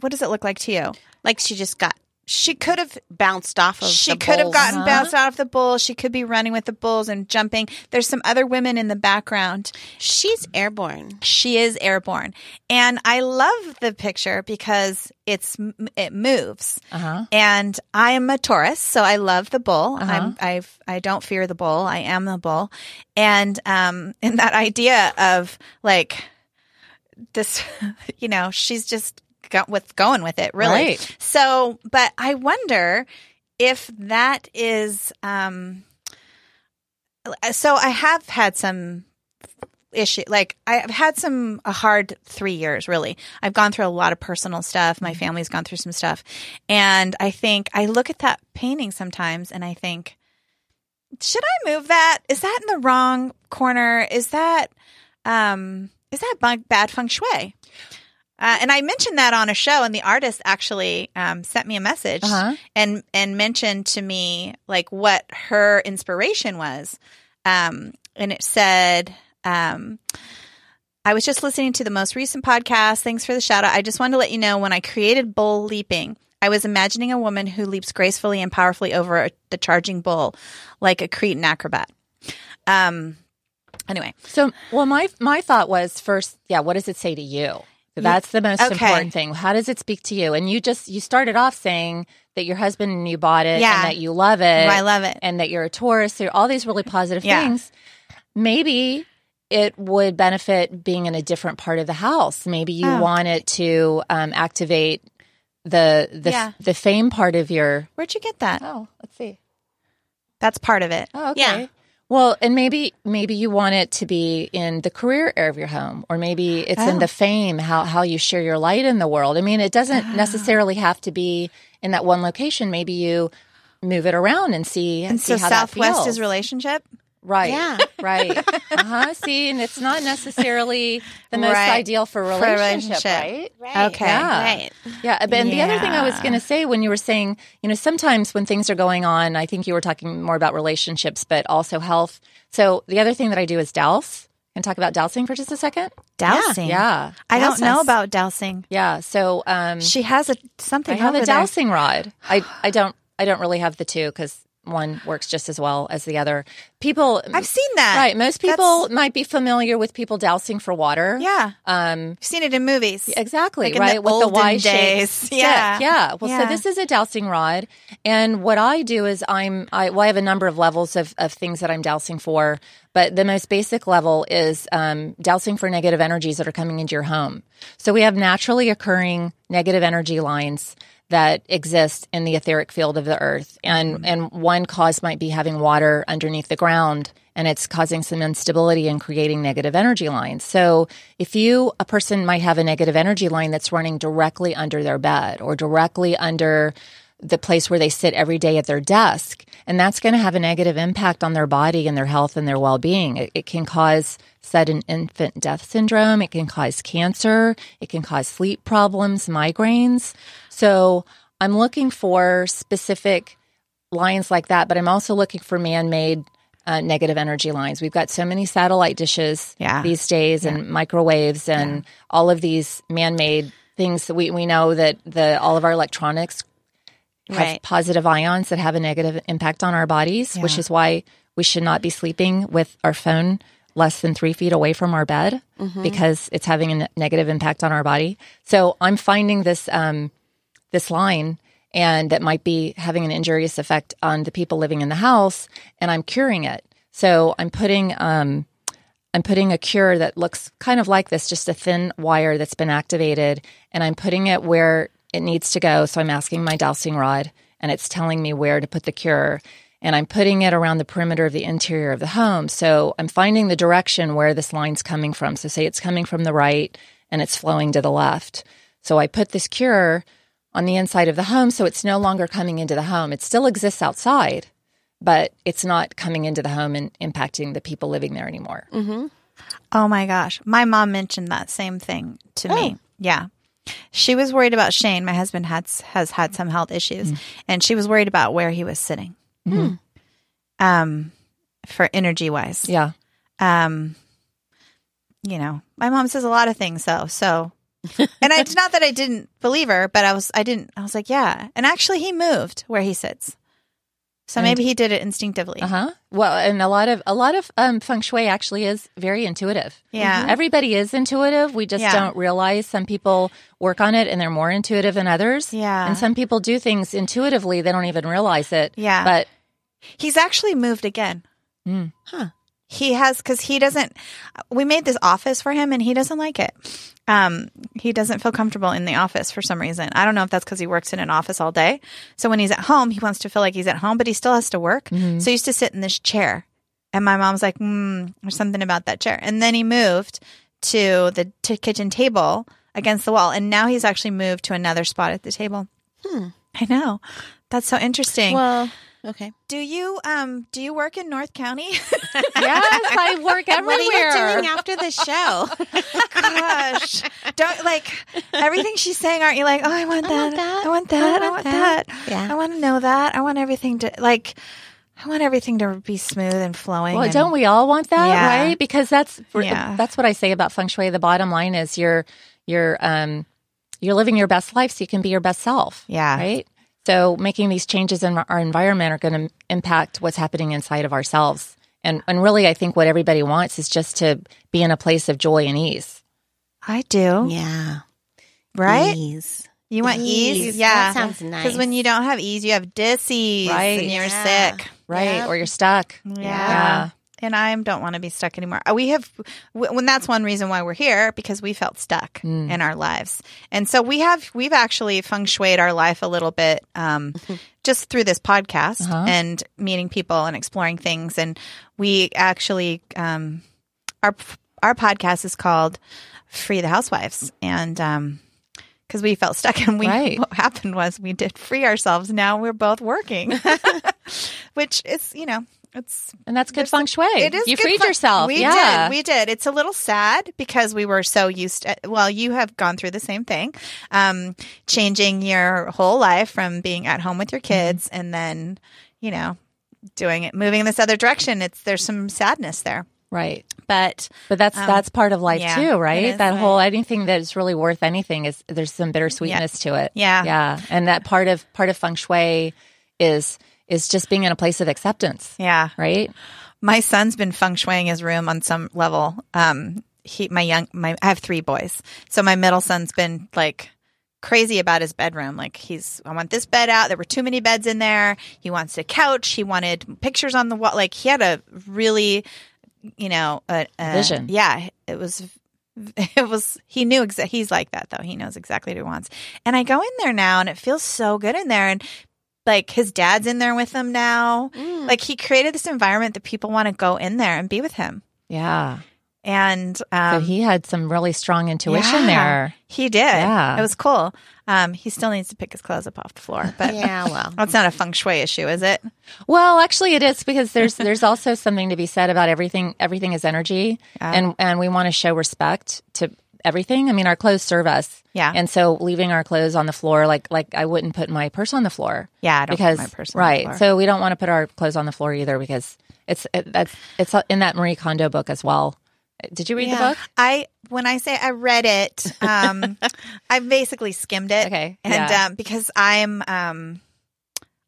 what does it look like to you?
like she just got
She could have
bounced off of.
she
the Uh-huh.
could have
bowls.
gotten
Huh?
bounced off the bull. She could be running with the bulls and jumping. There's some other women in the background.
She's airborne.
She is airborne. And I love the picture because it's m- it moves.
Uh-huh.
And I am a Taurus, so I love the bull.
Uh-huh.
I'm, I've, I don't fear the bull. I am the bull. And, um, and that idea of like this, you know, she's just got with going with it really.
Right.
So, but I wonder if that is, um, so I have had some issue like i've had some a hard three years really i've gone through a lot of personal stuff my family's gone through some stuff and i think i look at that painting sometimes and i think should i move that is that in the wrong corner is that um is that bunk, bad feng shui Uh, and I mentioned that on a show, and the artist actually um, sent me a message
Uh-huh.
and and mentioned to me like what her inspiration was. Um, and it said, um, "I was just listening to the most recent podcast. Thanks for the shout out. I just wanted to let you know when I created bull leaping." I was imagining a woman who leaps gracefully and powerfully over a- the charging bull, like a Cretan acrobat. Um, anyway,
So, well, my my thought was first, yeah. What does it say to you? That's the most
okay.
important thing. How does it speak to you? And you just you started off saying that your husband and you bought it,
Yeah.
and that you love it,
I love it.
and that you're a Taurus. So all these really positive
Yeah.
things. Maybe it would benefit being in a different part of the house. Maybe you
Oh.
want it to um, activate the the
Yeah.
the fame part of your.
Where'd you get that?
Oh, let's see.
That's part of it.
Oh, okay.
Yeah.
Well, and maybe maybe you want it to be in the career area of your home, or maybe it's in
Oh.
the fame how how you share your light in the world. I mean, it doesn't
Ah.
necessarily have to be in that one location. Maybe you move it around and see
And
see
so
how that
Southwest
feels.
is relationship.
right,
Yeah.
right. uh huh. See, and it's not necessarily the most
Right.
ideal for
a
relationship,
relationship.
right?
Right.
Okay.
Yeah.
Right.
Yeah, but and the other thing I was
Yeah.
going to say when you were saying, you know, sometimes when things are going on, I think you were talking more about relationships, but also health. So the other thing that I do is douse. And talk about dousing for just a second.
Dousing.
Yeah,
I don't
Douse
know
us.
about dousing.
Yeah, so um,
She has a
I
something
have
over
a
there.
dousing rod. I I don't I don't really have the two because one works just as well as the other. People,
I've seen that.
right? Most
Uh, That's-
people might be familiar with people dousing for water.
Yeah.
Um,
I've seen it in movies.
Exactly,
Like in
right?
the
With the
olden
Y shaped
days.
stick.
Yeah.
Yeah. Well, so
Yeah.
this is a dousing rod. And what I do is I'm, I, well, I have a number of levels of, of things that I'm dousing for, but the most basic level is um, dousing for negative energies that are coming into your home. So we have naturally occurring negative energy lines that exist in the etheric field of the earth. And, and one cause might be having water underneath the ground and it's causing some instability and creating negative energy lines. So, if you, a person might have a negative energy line that's running directly under their bed or directly under the place where they sit every day at their desk, and that's going to have a negative impact on their body and their health and their well being. It, it can cause sudden infant death syndrome, it can cause cancer, it can cause sleep problems, migraines. So, I'm looking for specific lines like that, but I'm also looking for man made uh, negative energy lines. We've got so many satellite dishes
Yeah.
these days and microwaves and all of these man made things that we, we know that the all of our electronics have
Right.
positive ions that have a negative impact on our bodies, which is why we should not be sleeping with our phone less than three feet away from our bed
Mm-hmm.
because it's having a ne- negative impact on our body. So I'm finding this um, this line and that might be having an injurious effect on the people living in the house, and I'm curing it. So I'm putting um, I'm putting a cure that looks kind of like this, just a thin wire that's been activated, and I'm putting it where it needs to go. So I'm asking my dousing rod, and it's telling me where to put the cure. And I'm putting it around the perimeter of the interior of the home. So I'm finding the direction where this line's coming from. So, say it's coming from the right and it's flowing to the left. So, I put this cure on the inside of the home. So, it's no longer coming into the home. It still exists outside, but it's not coming into the home and impacting the people living there anymore.
Oh my gosh. My mom mentioned that same thing to
Oh.
me. Yeah. She was worried about Shane. My husband has has had some health
Mm.
issues and she was worried about where he was sitting.
Mm-hmm.
Um for energy wise.
Yeah.
um you know my mom says a lot of things though so and I, it's not that i didn't believe her but i was i didn't i was like yeah and actually he moved where he sits so
And-
maybe he did it instinctively
Uh
Uh-huh.
huh. Well, and a lot of a lot of um, feng shui actually is very intuitive.
Mm-hmm.
Yeah. Mhm.
everybody is intuitive. We just
Yeah.
don't realize. Some people work on it and they're more intuitive than others.
Yeah.
and some people do things intuitively. They don't even realize it.
Yeah.
but
he's actually moved again
Mm.
Huh.
he has because he doesn't we made this office for him and he doesn't like it um he doesn't feel comfortable in the office for some reason i don't know if that's because he works in an office all day so when he's at home he wants to feel like he's at home but he still has to work so he used to sit in this chair and my mom's like mm, there's something about that chair and then he moved to the t- kitchen table against the wall and now he's actually moved to another spot at the table i know that's so interesting
Well, Okay.
Do you um do you work in North County?
yes, I work everywhere.
What are you doing after the show?
Gosh, don't like everything she's saying. Aren't you like, oh, I want that, I want that, I want that, I want, that.
Yeah.
I want to know that. I want everything to like. I want everything to be smooth and flowing.
Well,
and-
don't we all want that,
Yeah.
right? Because that's
Yeah.
that's what I say about feng shui. The bottom line is you're you're um you're living your best life, so you can be your best self.
Yeah.
right. So making these changes in our environment are going to impact what's happening inside of ourselves. And and really, I think what everybody wants is just to be in a place of joy and ease.
I do?
Yeah.
Right?
Ease.
You want ease?
Ease.
Yeah.
That sounds nice.
Because when you don't have ease, you have disease,
Right.
and you're
Yeah.
sick.
Right,
Yeah.
or you're stuck.
Yeah. And I don't want to be stuck anymore. Uh, We have, w- when that's one reason why we're here because we felt stuck in our lives, and so we have we've actually feng shuied our life a little bit, um, just through this podcast and meeting people and exploring things, and we actually um, our our podcast is called Free the Housewives, and um 'cause because we felt stuck, and we
Right.
what happened was we did free ourselves. Now we're both working, which is you know it's
and that's good feng shui.
it is
you
good
freed
fun.
yourself.
We
yeah.
did. We did. It's a little sad because we were so used. To, well, you have gone through the same thing, um, changing your whole life from being at home with your
Mm-hmm.
kids and then, you know, doing it, moving in this other direction. It's there's some sadness there,
right.
but um,
But that's that's part of life
yeah,
too,
it
right?
is,
that
right.
whole anything that is really worth anything is there's some bittersweetness to it.
Yeah.
yeah, and that part of part of feng shui is is just being in a place of acceptance,
yeah,
right?
my son's been feng shuiing his room on some level. Um, he, my young, my, I have three boys, so my middle son's been like crazy about his bedroom. Like he's, I want this bed out. There were too many beds in there. He wants a couch. He wanted pictures on the wall. Like he had a really, you know, a, a
Vision.
Yeah, it was. It was. He knew. Exa- he's like that though. He knows exactly what he wants. And I go in there now, and it feels so good in there. And like his dad's in there with him now. Like he created this environment that people want to go in there and be with him.
Yeah,
And um,
so he had some really strong intuition
yeah,
there.
He did.
Yeah.
It was cool. Um, he still needs to pick his clothes up off the floor, but
Yeah, well.
that's not a feng shui issue, is it?
Well, actually, it is because there's there's also something to be said about everything. Everything is energy, and and we want to show respect to everything. I mean, our clothes serve us.
Yeah.
and so leaving our clothes on the floor, like like I wouldn't put my purse on the floor.
Yeah, I don't put
because
my purse on the
right.
floor.
So we don't want to put our clothes on the floor either because it's it, that's it's in that Marie Kondo book as well. Did you read
Yeah.
the book?
I when I say I read it, um, I basically skimmed it.
Okay,
and
yeah.
um, because I'm, um,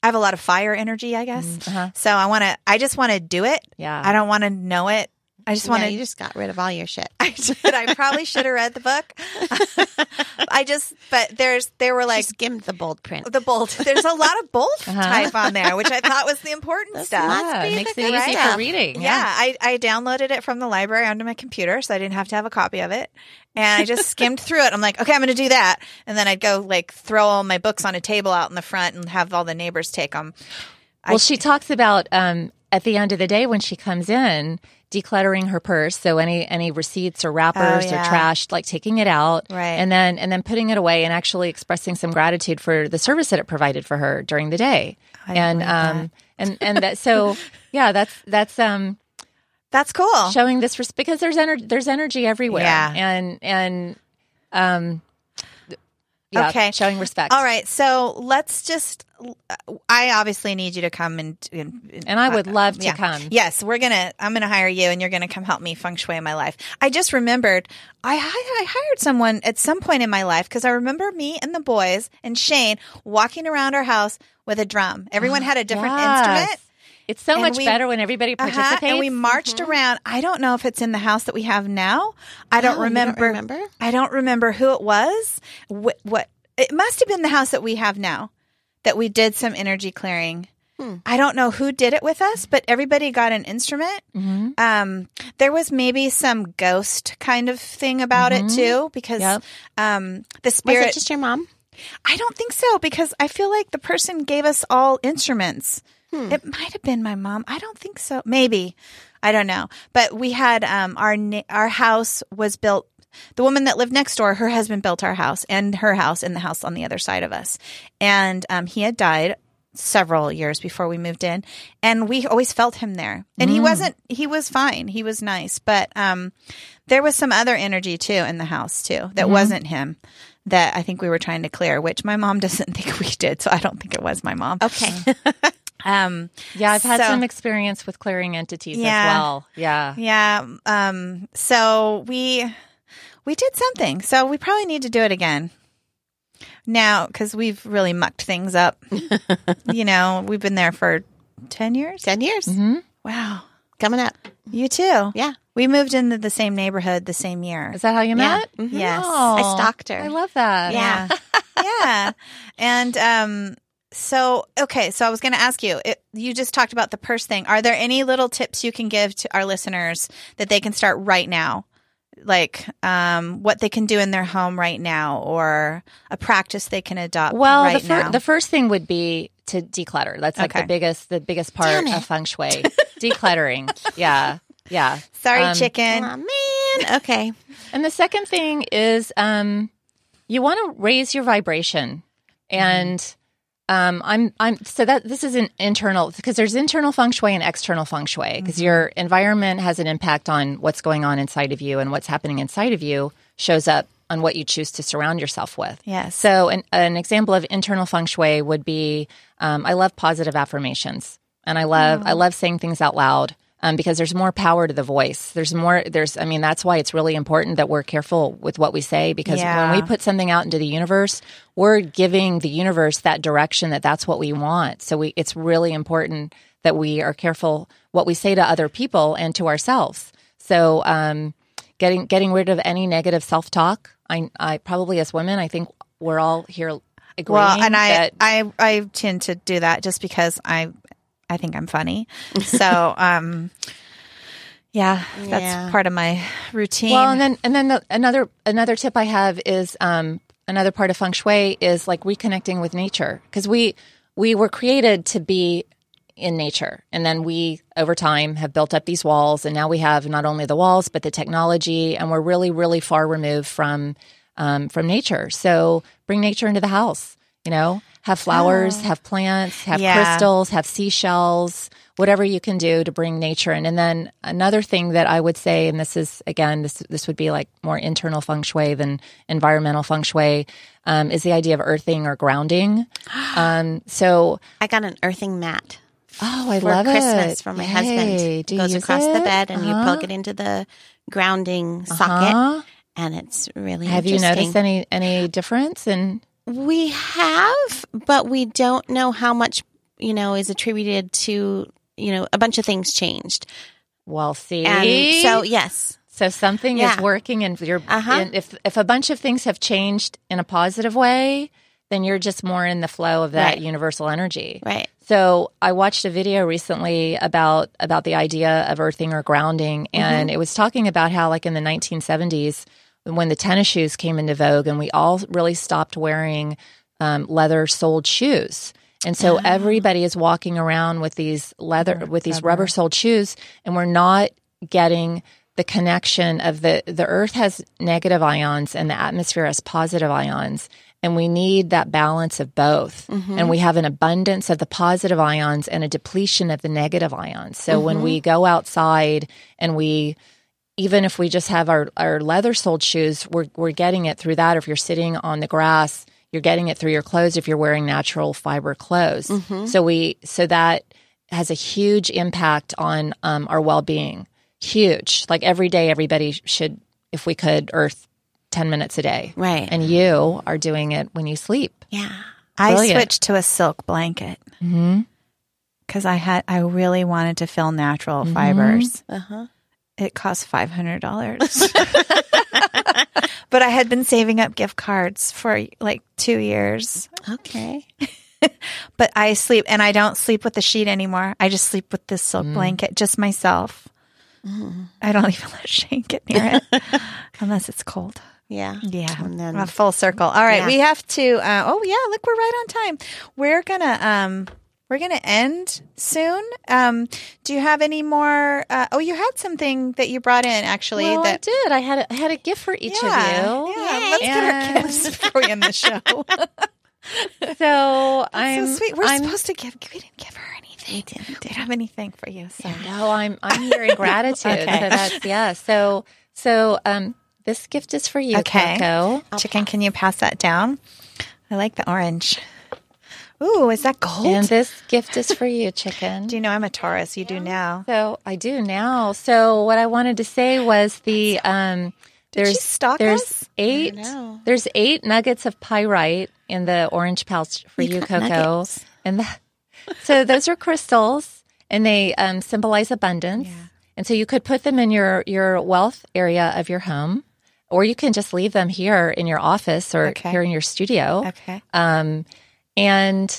I have a lot of fire energy, I guess.
uh-huh.
So I want to. I just want to do it.
Yeah.
I don't want to know it. I just
Just
want
wanted,
to
you just got rid of all your shit.
I should. I probably should have read the book. I just, but there's, there were
Like
like
skimmed the bold print. Oh,
the bold. There's a lot of bold
Uh-huh.
type on there, which I thought was the important stuff.
yeah,
be
Ah, it makes
the
it
good
easy
stuff.
for reading.
Yeah, I, I downloaded it from the library onto my computer, so I didn't have to have a copy of it. And I just skimmed through it. I'm like, okay, I'm going to do that. And then I'd go like throw all my books on a table out in the front and have all the neighbors take them.
Well, she talks about um, at the end of the day when she comes in, decluttering her purse. So any any receipts or wrappers
Oh, yeah.
or trash, like taking it out,
Right.
and then and then putting it away, and actually expressing some gratitude for the service that it provided for her during the day. and um and and that so yeah, that's that's um
That's cool.
showing this res- because there's energy there's energy everywhere.
Yeah.
and and um. th- yeah,
Okay.
showing respect.
All right, so let's just. I obviously need you to come and and, uh,
And I would love to
yeah.
come.
Yes, we're gonna. I'm gonna hire you, and you're gonna come help me feng shui my life. I just remembered. I hi- I hired someone at some point in my life because I remember me and the boys and Shane walking around our house with a drum. Everyone had a different
Yes.
instrument.
It's so
And
much
we-
better when everybody
Uh-huh,
participates.
and we marched
Mm-hmm.
around. I don't know if it's in the house that we have now. I don't,
Oh, you don't
remember,
remember?
I don't remember who it was. What, what it must have been the house that we have now that we did some energy clearing.
Hmm.
I don't know who did it with us, but everybody got an instrument.
Mm-hmm.
Um, there was maybe some ghost kind of thing about it too, because
Yep.
um, the
Mm-hmm. Was
spirit.
it just your mom?
I don't think so because I feel like the person gave us all instruments. It might have been my mom. I don't think so. Maybe. I don't know. But we had um, our na- our house was built. The woman that lived next door, her husband built our house and her house and the house on the other side of us. And um, he had died several years before we moved in and we always felt him there and he wasn't he was fine he was nice but um there was some other energy too in the house too that wasn't him that i think we were trying to clear which my mom doesn't think we did so i don't think it was my mom
Okay.
um
Yeah, I've had
So-
some experience with clearing entities
Yeah.
as well. Yeah.
yeah um so we we did something so we probably need to do it again now because we've really mucked things up you know we've been there for 10 years
10 years
Mm-hmm.
wow
coming up.
You too.
Yeah.
We moved into the same neighborhood the same year.
Is that how you met?
Mm-hmm. Yes.
Oh,
I stalked her.
I love that.
Yeah. yeah. And um so okay, so I was going to ask you, it, you just talked about the purse thing. Are there any little tips you can give to our listeners that they can start right now? Like um what they can do in their home right now or a practice they can adopt
Well,
right
the, fir-
now?
the first thing would be to declutter. That's like
Okay.
the biggest the biggest part
Damn it.
of feng shui. Decluttering. Yeah. Yeah.
Sorry,
um,
chicken.
Aw, man. Okay.
And the second thing is um you want to raise your vibration. And um I'm I'm so that this is an internal because there's internal feng shui and external feng shui because your environment has an impact on what's going on inside of you and what's happening inside of you shows up on what you choose to surround yourself with.
Yes.
So an, an example of internal feng shui would be um, I love positive affirmations and I love I love saying things out loud um, because there's more power to the voice. There's more there's I mean that's why it's really important that we're careful with what we say because
Yeah.
when we put something out into the universe, we're giving the universe that direction that that's what we want. So we it's really important that we are careful what we say to other people and to ourselves. So um, getting getting rid of any negative self talk. I I probably as women, I think we're all here agreeing
Well, and I,
that
I I tend to do that just because I I think I'm funny. So um yeah, that's
Yeah.
part of my routine.
Well, and then and then the, another another tip I have is um, another part of feng shui is like reconnecting with nature because we we were created to be in nature, and then we over time have built up these walls, and now we have not only the walls but the technology, and we're really really far removed from um, from nature. So bring nature into the house, you know. Have flowers, have plants, have
Yeah.
crystals crystals, have seashells, whatever you can do to bring nature in. And then another thing that I would say, and this is again, this this would be like more internal feng shui than environmental feng shui, um, is the idea of earthing or grounding. Um, so,
I got an earthing mat
oh, I
for
love
Christmas
it.
from my
Yay.
husband.
Do
It
you
goes
use
across the
it?
bed and
Uh-huh.
you poke it into the grounding socket
Uh-huh.
and it's really
Have you
interesting.
noticed any any difference? And
We have, but we don't know how much, you know, is attributed to, you know, a bunch of things changed.
well, see,
And so, yes.
Um, So something
Yeah.
is working, and you're
Uh-huh.
and if if a bunch of things have changed in a positive way, then you're just more in the flow of that
Right.
universal energy.
Right.
So I watched a video recently about about the idea of earthing or grounding,
Mm-hmm.
and it was talking about how like in the 1970s when the tennis shoes came into vogue, and we all really stopped wearing um, leather soled shoes. And
Ah.
so everybody is walking around with these leather, with these rubber soled shoes, and we're not getting the connection of the the earth has negative ions and the atmosphere has positive ions and we need that balance of both and we have an abundance of the positive ions and a depletion of the negative ions so when we go outside and we even if we just have our, our leather soled shoes, we're, we're getting it through that. If you're sitting on the grass, you're getting it through your clothes if you're wearing natural fiber clothes. So we so that has a huge impact on um, our well being. Huge. Like every day, everybody should, if we could, earth ten minutes a day.
Right.
And you are doing it when you sleep.
yeah.
I
Brilliant. Mm-hmm.
switched to a silk blanket because I had I really wanted to feel natural
Mm-hmm.
fibers.
Uh-huh.
It cost five hundred dollars, but I had been saving up gift cards for like two years.
Okay.
But I sleep and I don't sleep with the sheet anymore. I just sleep with this silk blanket, just myself. I don't even let Shane get near it unless it's cold.
Yeah.
Yeah.
And then
a full circle. All right,
Yeah.
we have to. Uh, oh yeah, look, we're right on time. We're gonna um, we're gonna end soon. Um, do you have any more? Uh, oh, you had something that you brought in actually.
Well, I
that
did. I had a, I had a gift for each
yeah,
of you.
yeah. Let's get our
And-
gifts before we end the show.
So So I'm
so sweet. We're
I'm,
supposed to give. We didn't give her anything. We didn't, we don't have anything for you. So.
No, I'm I'm here in gratitude.
Okay.
So that's yeah. So so um this gift is for you,
Okay.
Coco.
Chicken, can you pass that down? I like the orange. Ooh, is that gold?
And this gift is for you, chicken.
do you know I'm a Taurus? You do now.
So I do now. So what I wanted to say was the um there's
she stalk
there's
us?
eight
know.
there's eight nuggets of pyrite in the orange pouch for you, Coco.
nuggets.
And that, so those are crystals and they um, symbolize abundance. And so you could put them in your your wealth area of your home or you can just leave them here in your office or
Okay.
here in your studio.
Okay.
Um and
Uh,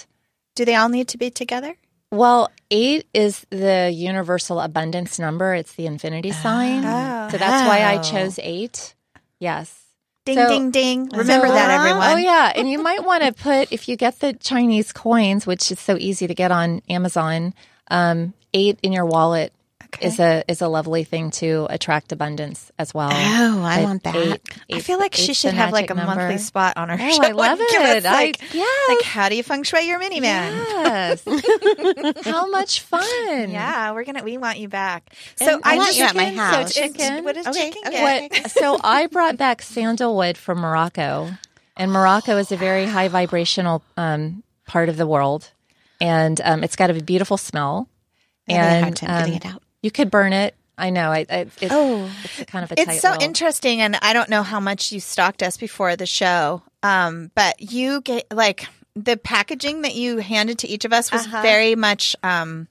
Do they all need to be together?
well, eight is the universal abundance number. It's the infinity sign.
Oh.
So that's why I
Oh.
chose eight. Yes.
Ding,
So-
ding, ding. Remember
So-
that,
Huh?
everyone.
Oh, yeah. And you might want to put, if you get the Chinese coins, which is so easy to get on Amazon, um, eight in your wallet.
Okay.
Is a is a lovely thing to attract abundance as well.
Oh, I
But
want that.
I
eight's-
feel like she
eight's
should
the
have like a
magic
monthly
number.
spot on her
Oh,
show.
I love
and give us,
it. I-
like,
yes.
like, how do you feng shui your minivan?
Yes. How much fun.
Yeah, we're gonna. We want you back. So
And
I,
I want
just
you at my
chicken-
house.
So chicken.
Chicken.
What is
Okay,
chicken?
okay.
get?
What-
But so I brought back sandalwood from Morocco, and Morocco is a very high vibrational um, part of the world, and um, it's got a beautiful smell.
Really hard
and
time getting
um,
it out.
you could burn it. I know. I, I, it's,
Oh.
it's kind of a tight
It's so
little-
interesting, and I don't know how much you stalked us before the show, um, but you get like the packaging that you handed to each of us
Uh-huh.
was very much um,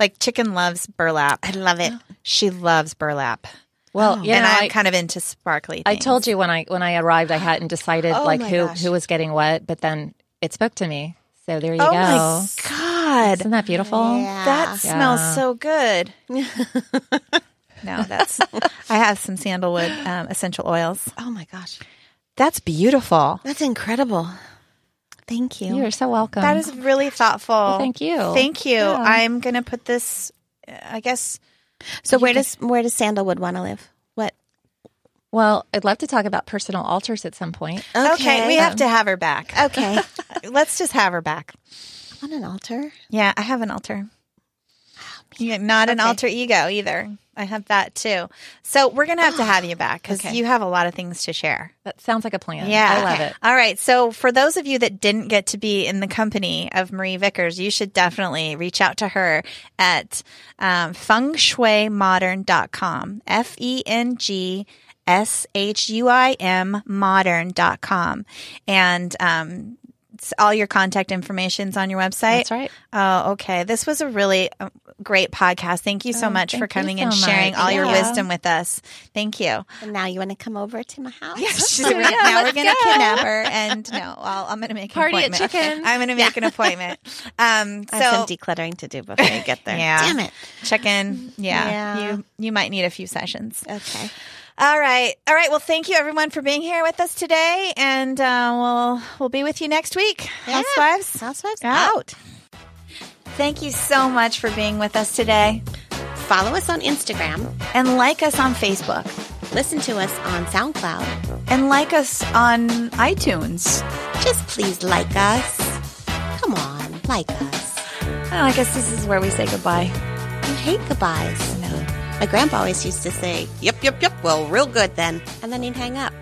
like Chicken loves burlap.
I love it.
She loves burlap,
Well, you
Oh, and
know,
I'm
I-
kind of into sparkly.
I
things.
told you when I when I arrived, I hadn't decided
Oh
like who who was getting what, but then it spoke to me. So there you
Oh
go.
my god,
Isn't that beautiful?
Yeah.
that
Yeah.
smells so good. no, that's. I have some sandalwood um, essential oils.
Oh my gosh.
That's beautiful.
That's incredible. Thank you.
You are so welcome.
That is really thoughtful.
thank you.
Thank you. I'm going to put this, uh, I guess,
so where does where does sandalwood want to live? What?
well. I'd love to talk about personal altars at some point.
okay, we have to have her back.
Okay. I
Let's just have her back.
want an altar.
Yeah, I have an altar. Yeah, not an alter ego either. I have that too. So we're going to have to have you back because
Okay.
you have a lot of things to share.
That sounds like a plan.
Yeah.
I love it.
All right. So, for those of you that didn't get to be in the company of Marie Vickers, you should definitely reach out to her at um, fengshuimodern.com. F E N G S H U I M modern.com. And, um, s- all your contact information's on your website.
That's right.
Oh, okay. This was a really uh, great podcast. Thank you so much for
Oh, thank you
coming
so
and sharing
much.
all your
Yeah.
wisdom with us. Thank you.
And now you want to come over to my house?
She's gonna, now we're gonna kidnap her, and no, I'll, I'm gonna make an
Party at
appointment.
Chicken.
I'm gonna make an appointment. Um,
I have
so
some decluttering to do before you get there.
Yeah.
Damn it.
chicken, yeah,
Yeah.
you you might need a few sessions.
Okay.
All right, all right. Well, thank you everyone for being here with us today, and uh, we'll we'll be with you next week, housewives.
Housewives
Yeah.
out.
Thank you so much for being with us today,
Follow us on Instagram.
and like us on Facebook,
Listen to us on SoundCloud.
and like us on iTunes,
Just please like us. Come on, like us.
and I guess this is where we say goodbye.
You hate goodbyes. No. My grandpa always used to say, Yep, yep, yep. Well, real good then. And then he'd hang up.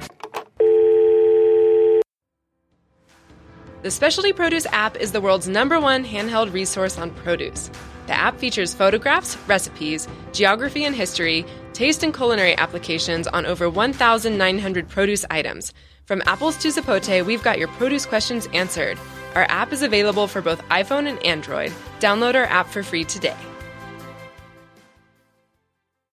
The Specialty Produce app is the world's number one handheld resource on produce. The app features photographs, recipes, geography and history, taste and culinary applications on over 1,900 produce items. From apples to zapote, we've got your produce questions answered. Our app is available for both iPhone and Android. Download our app for free today.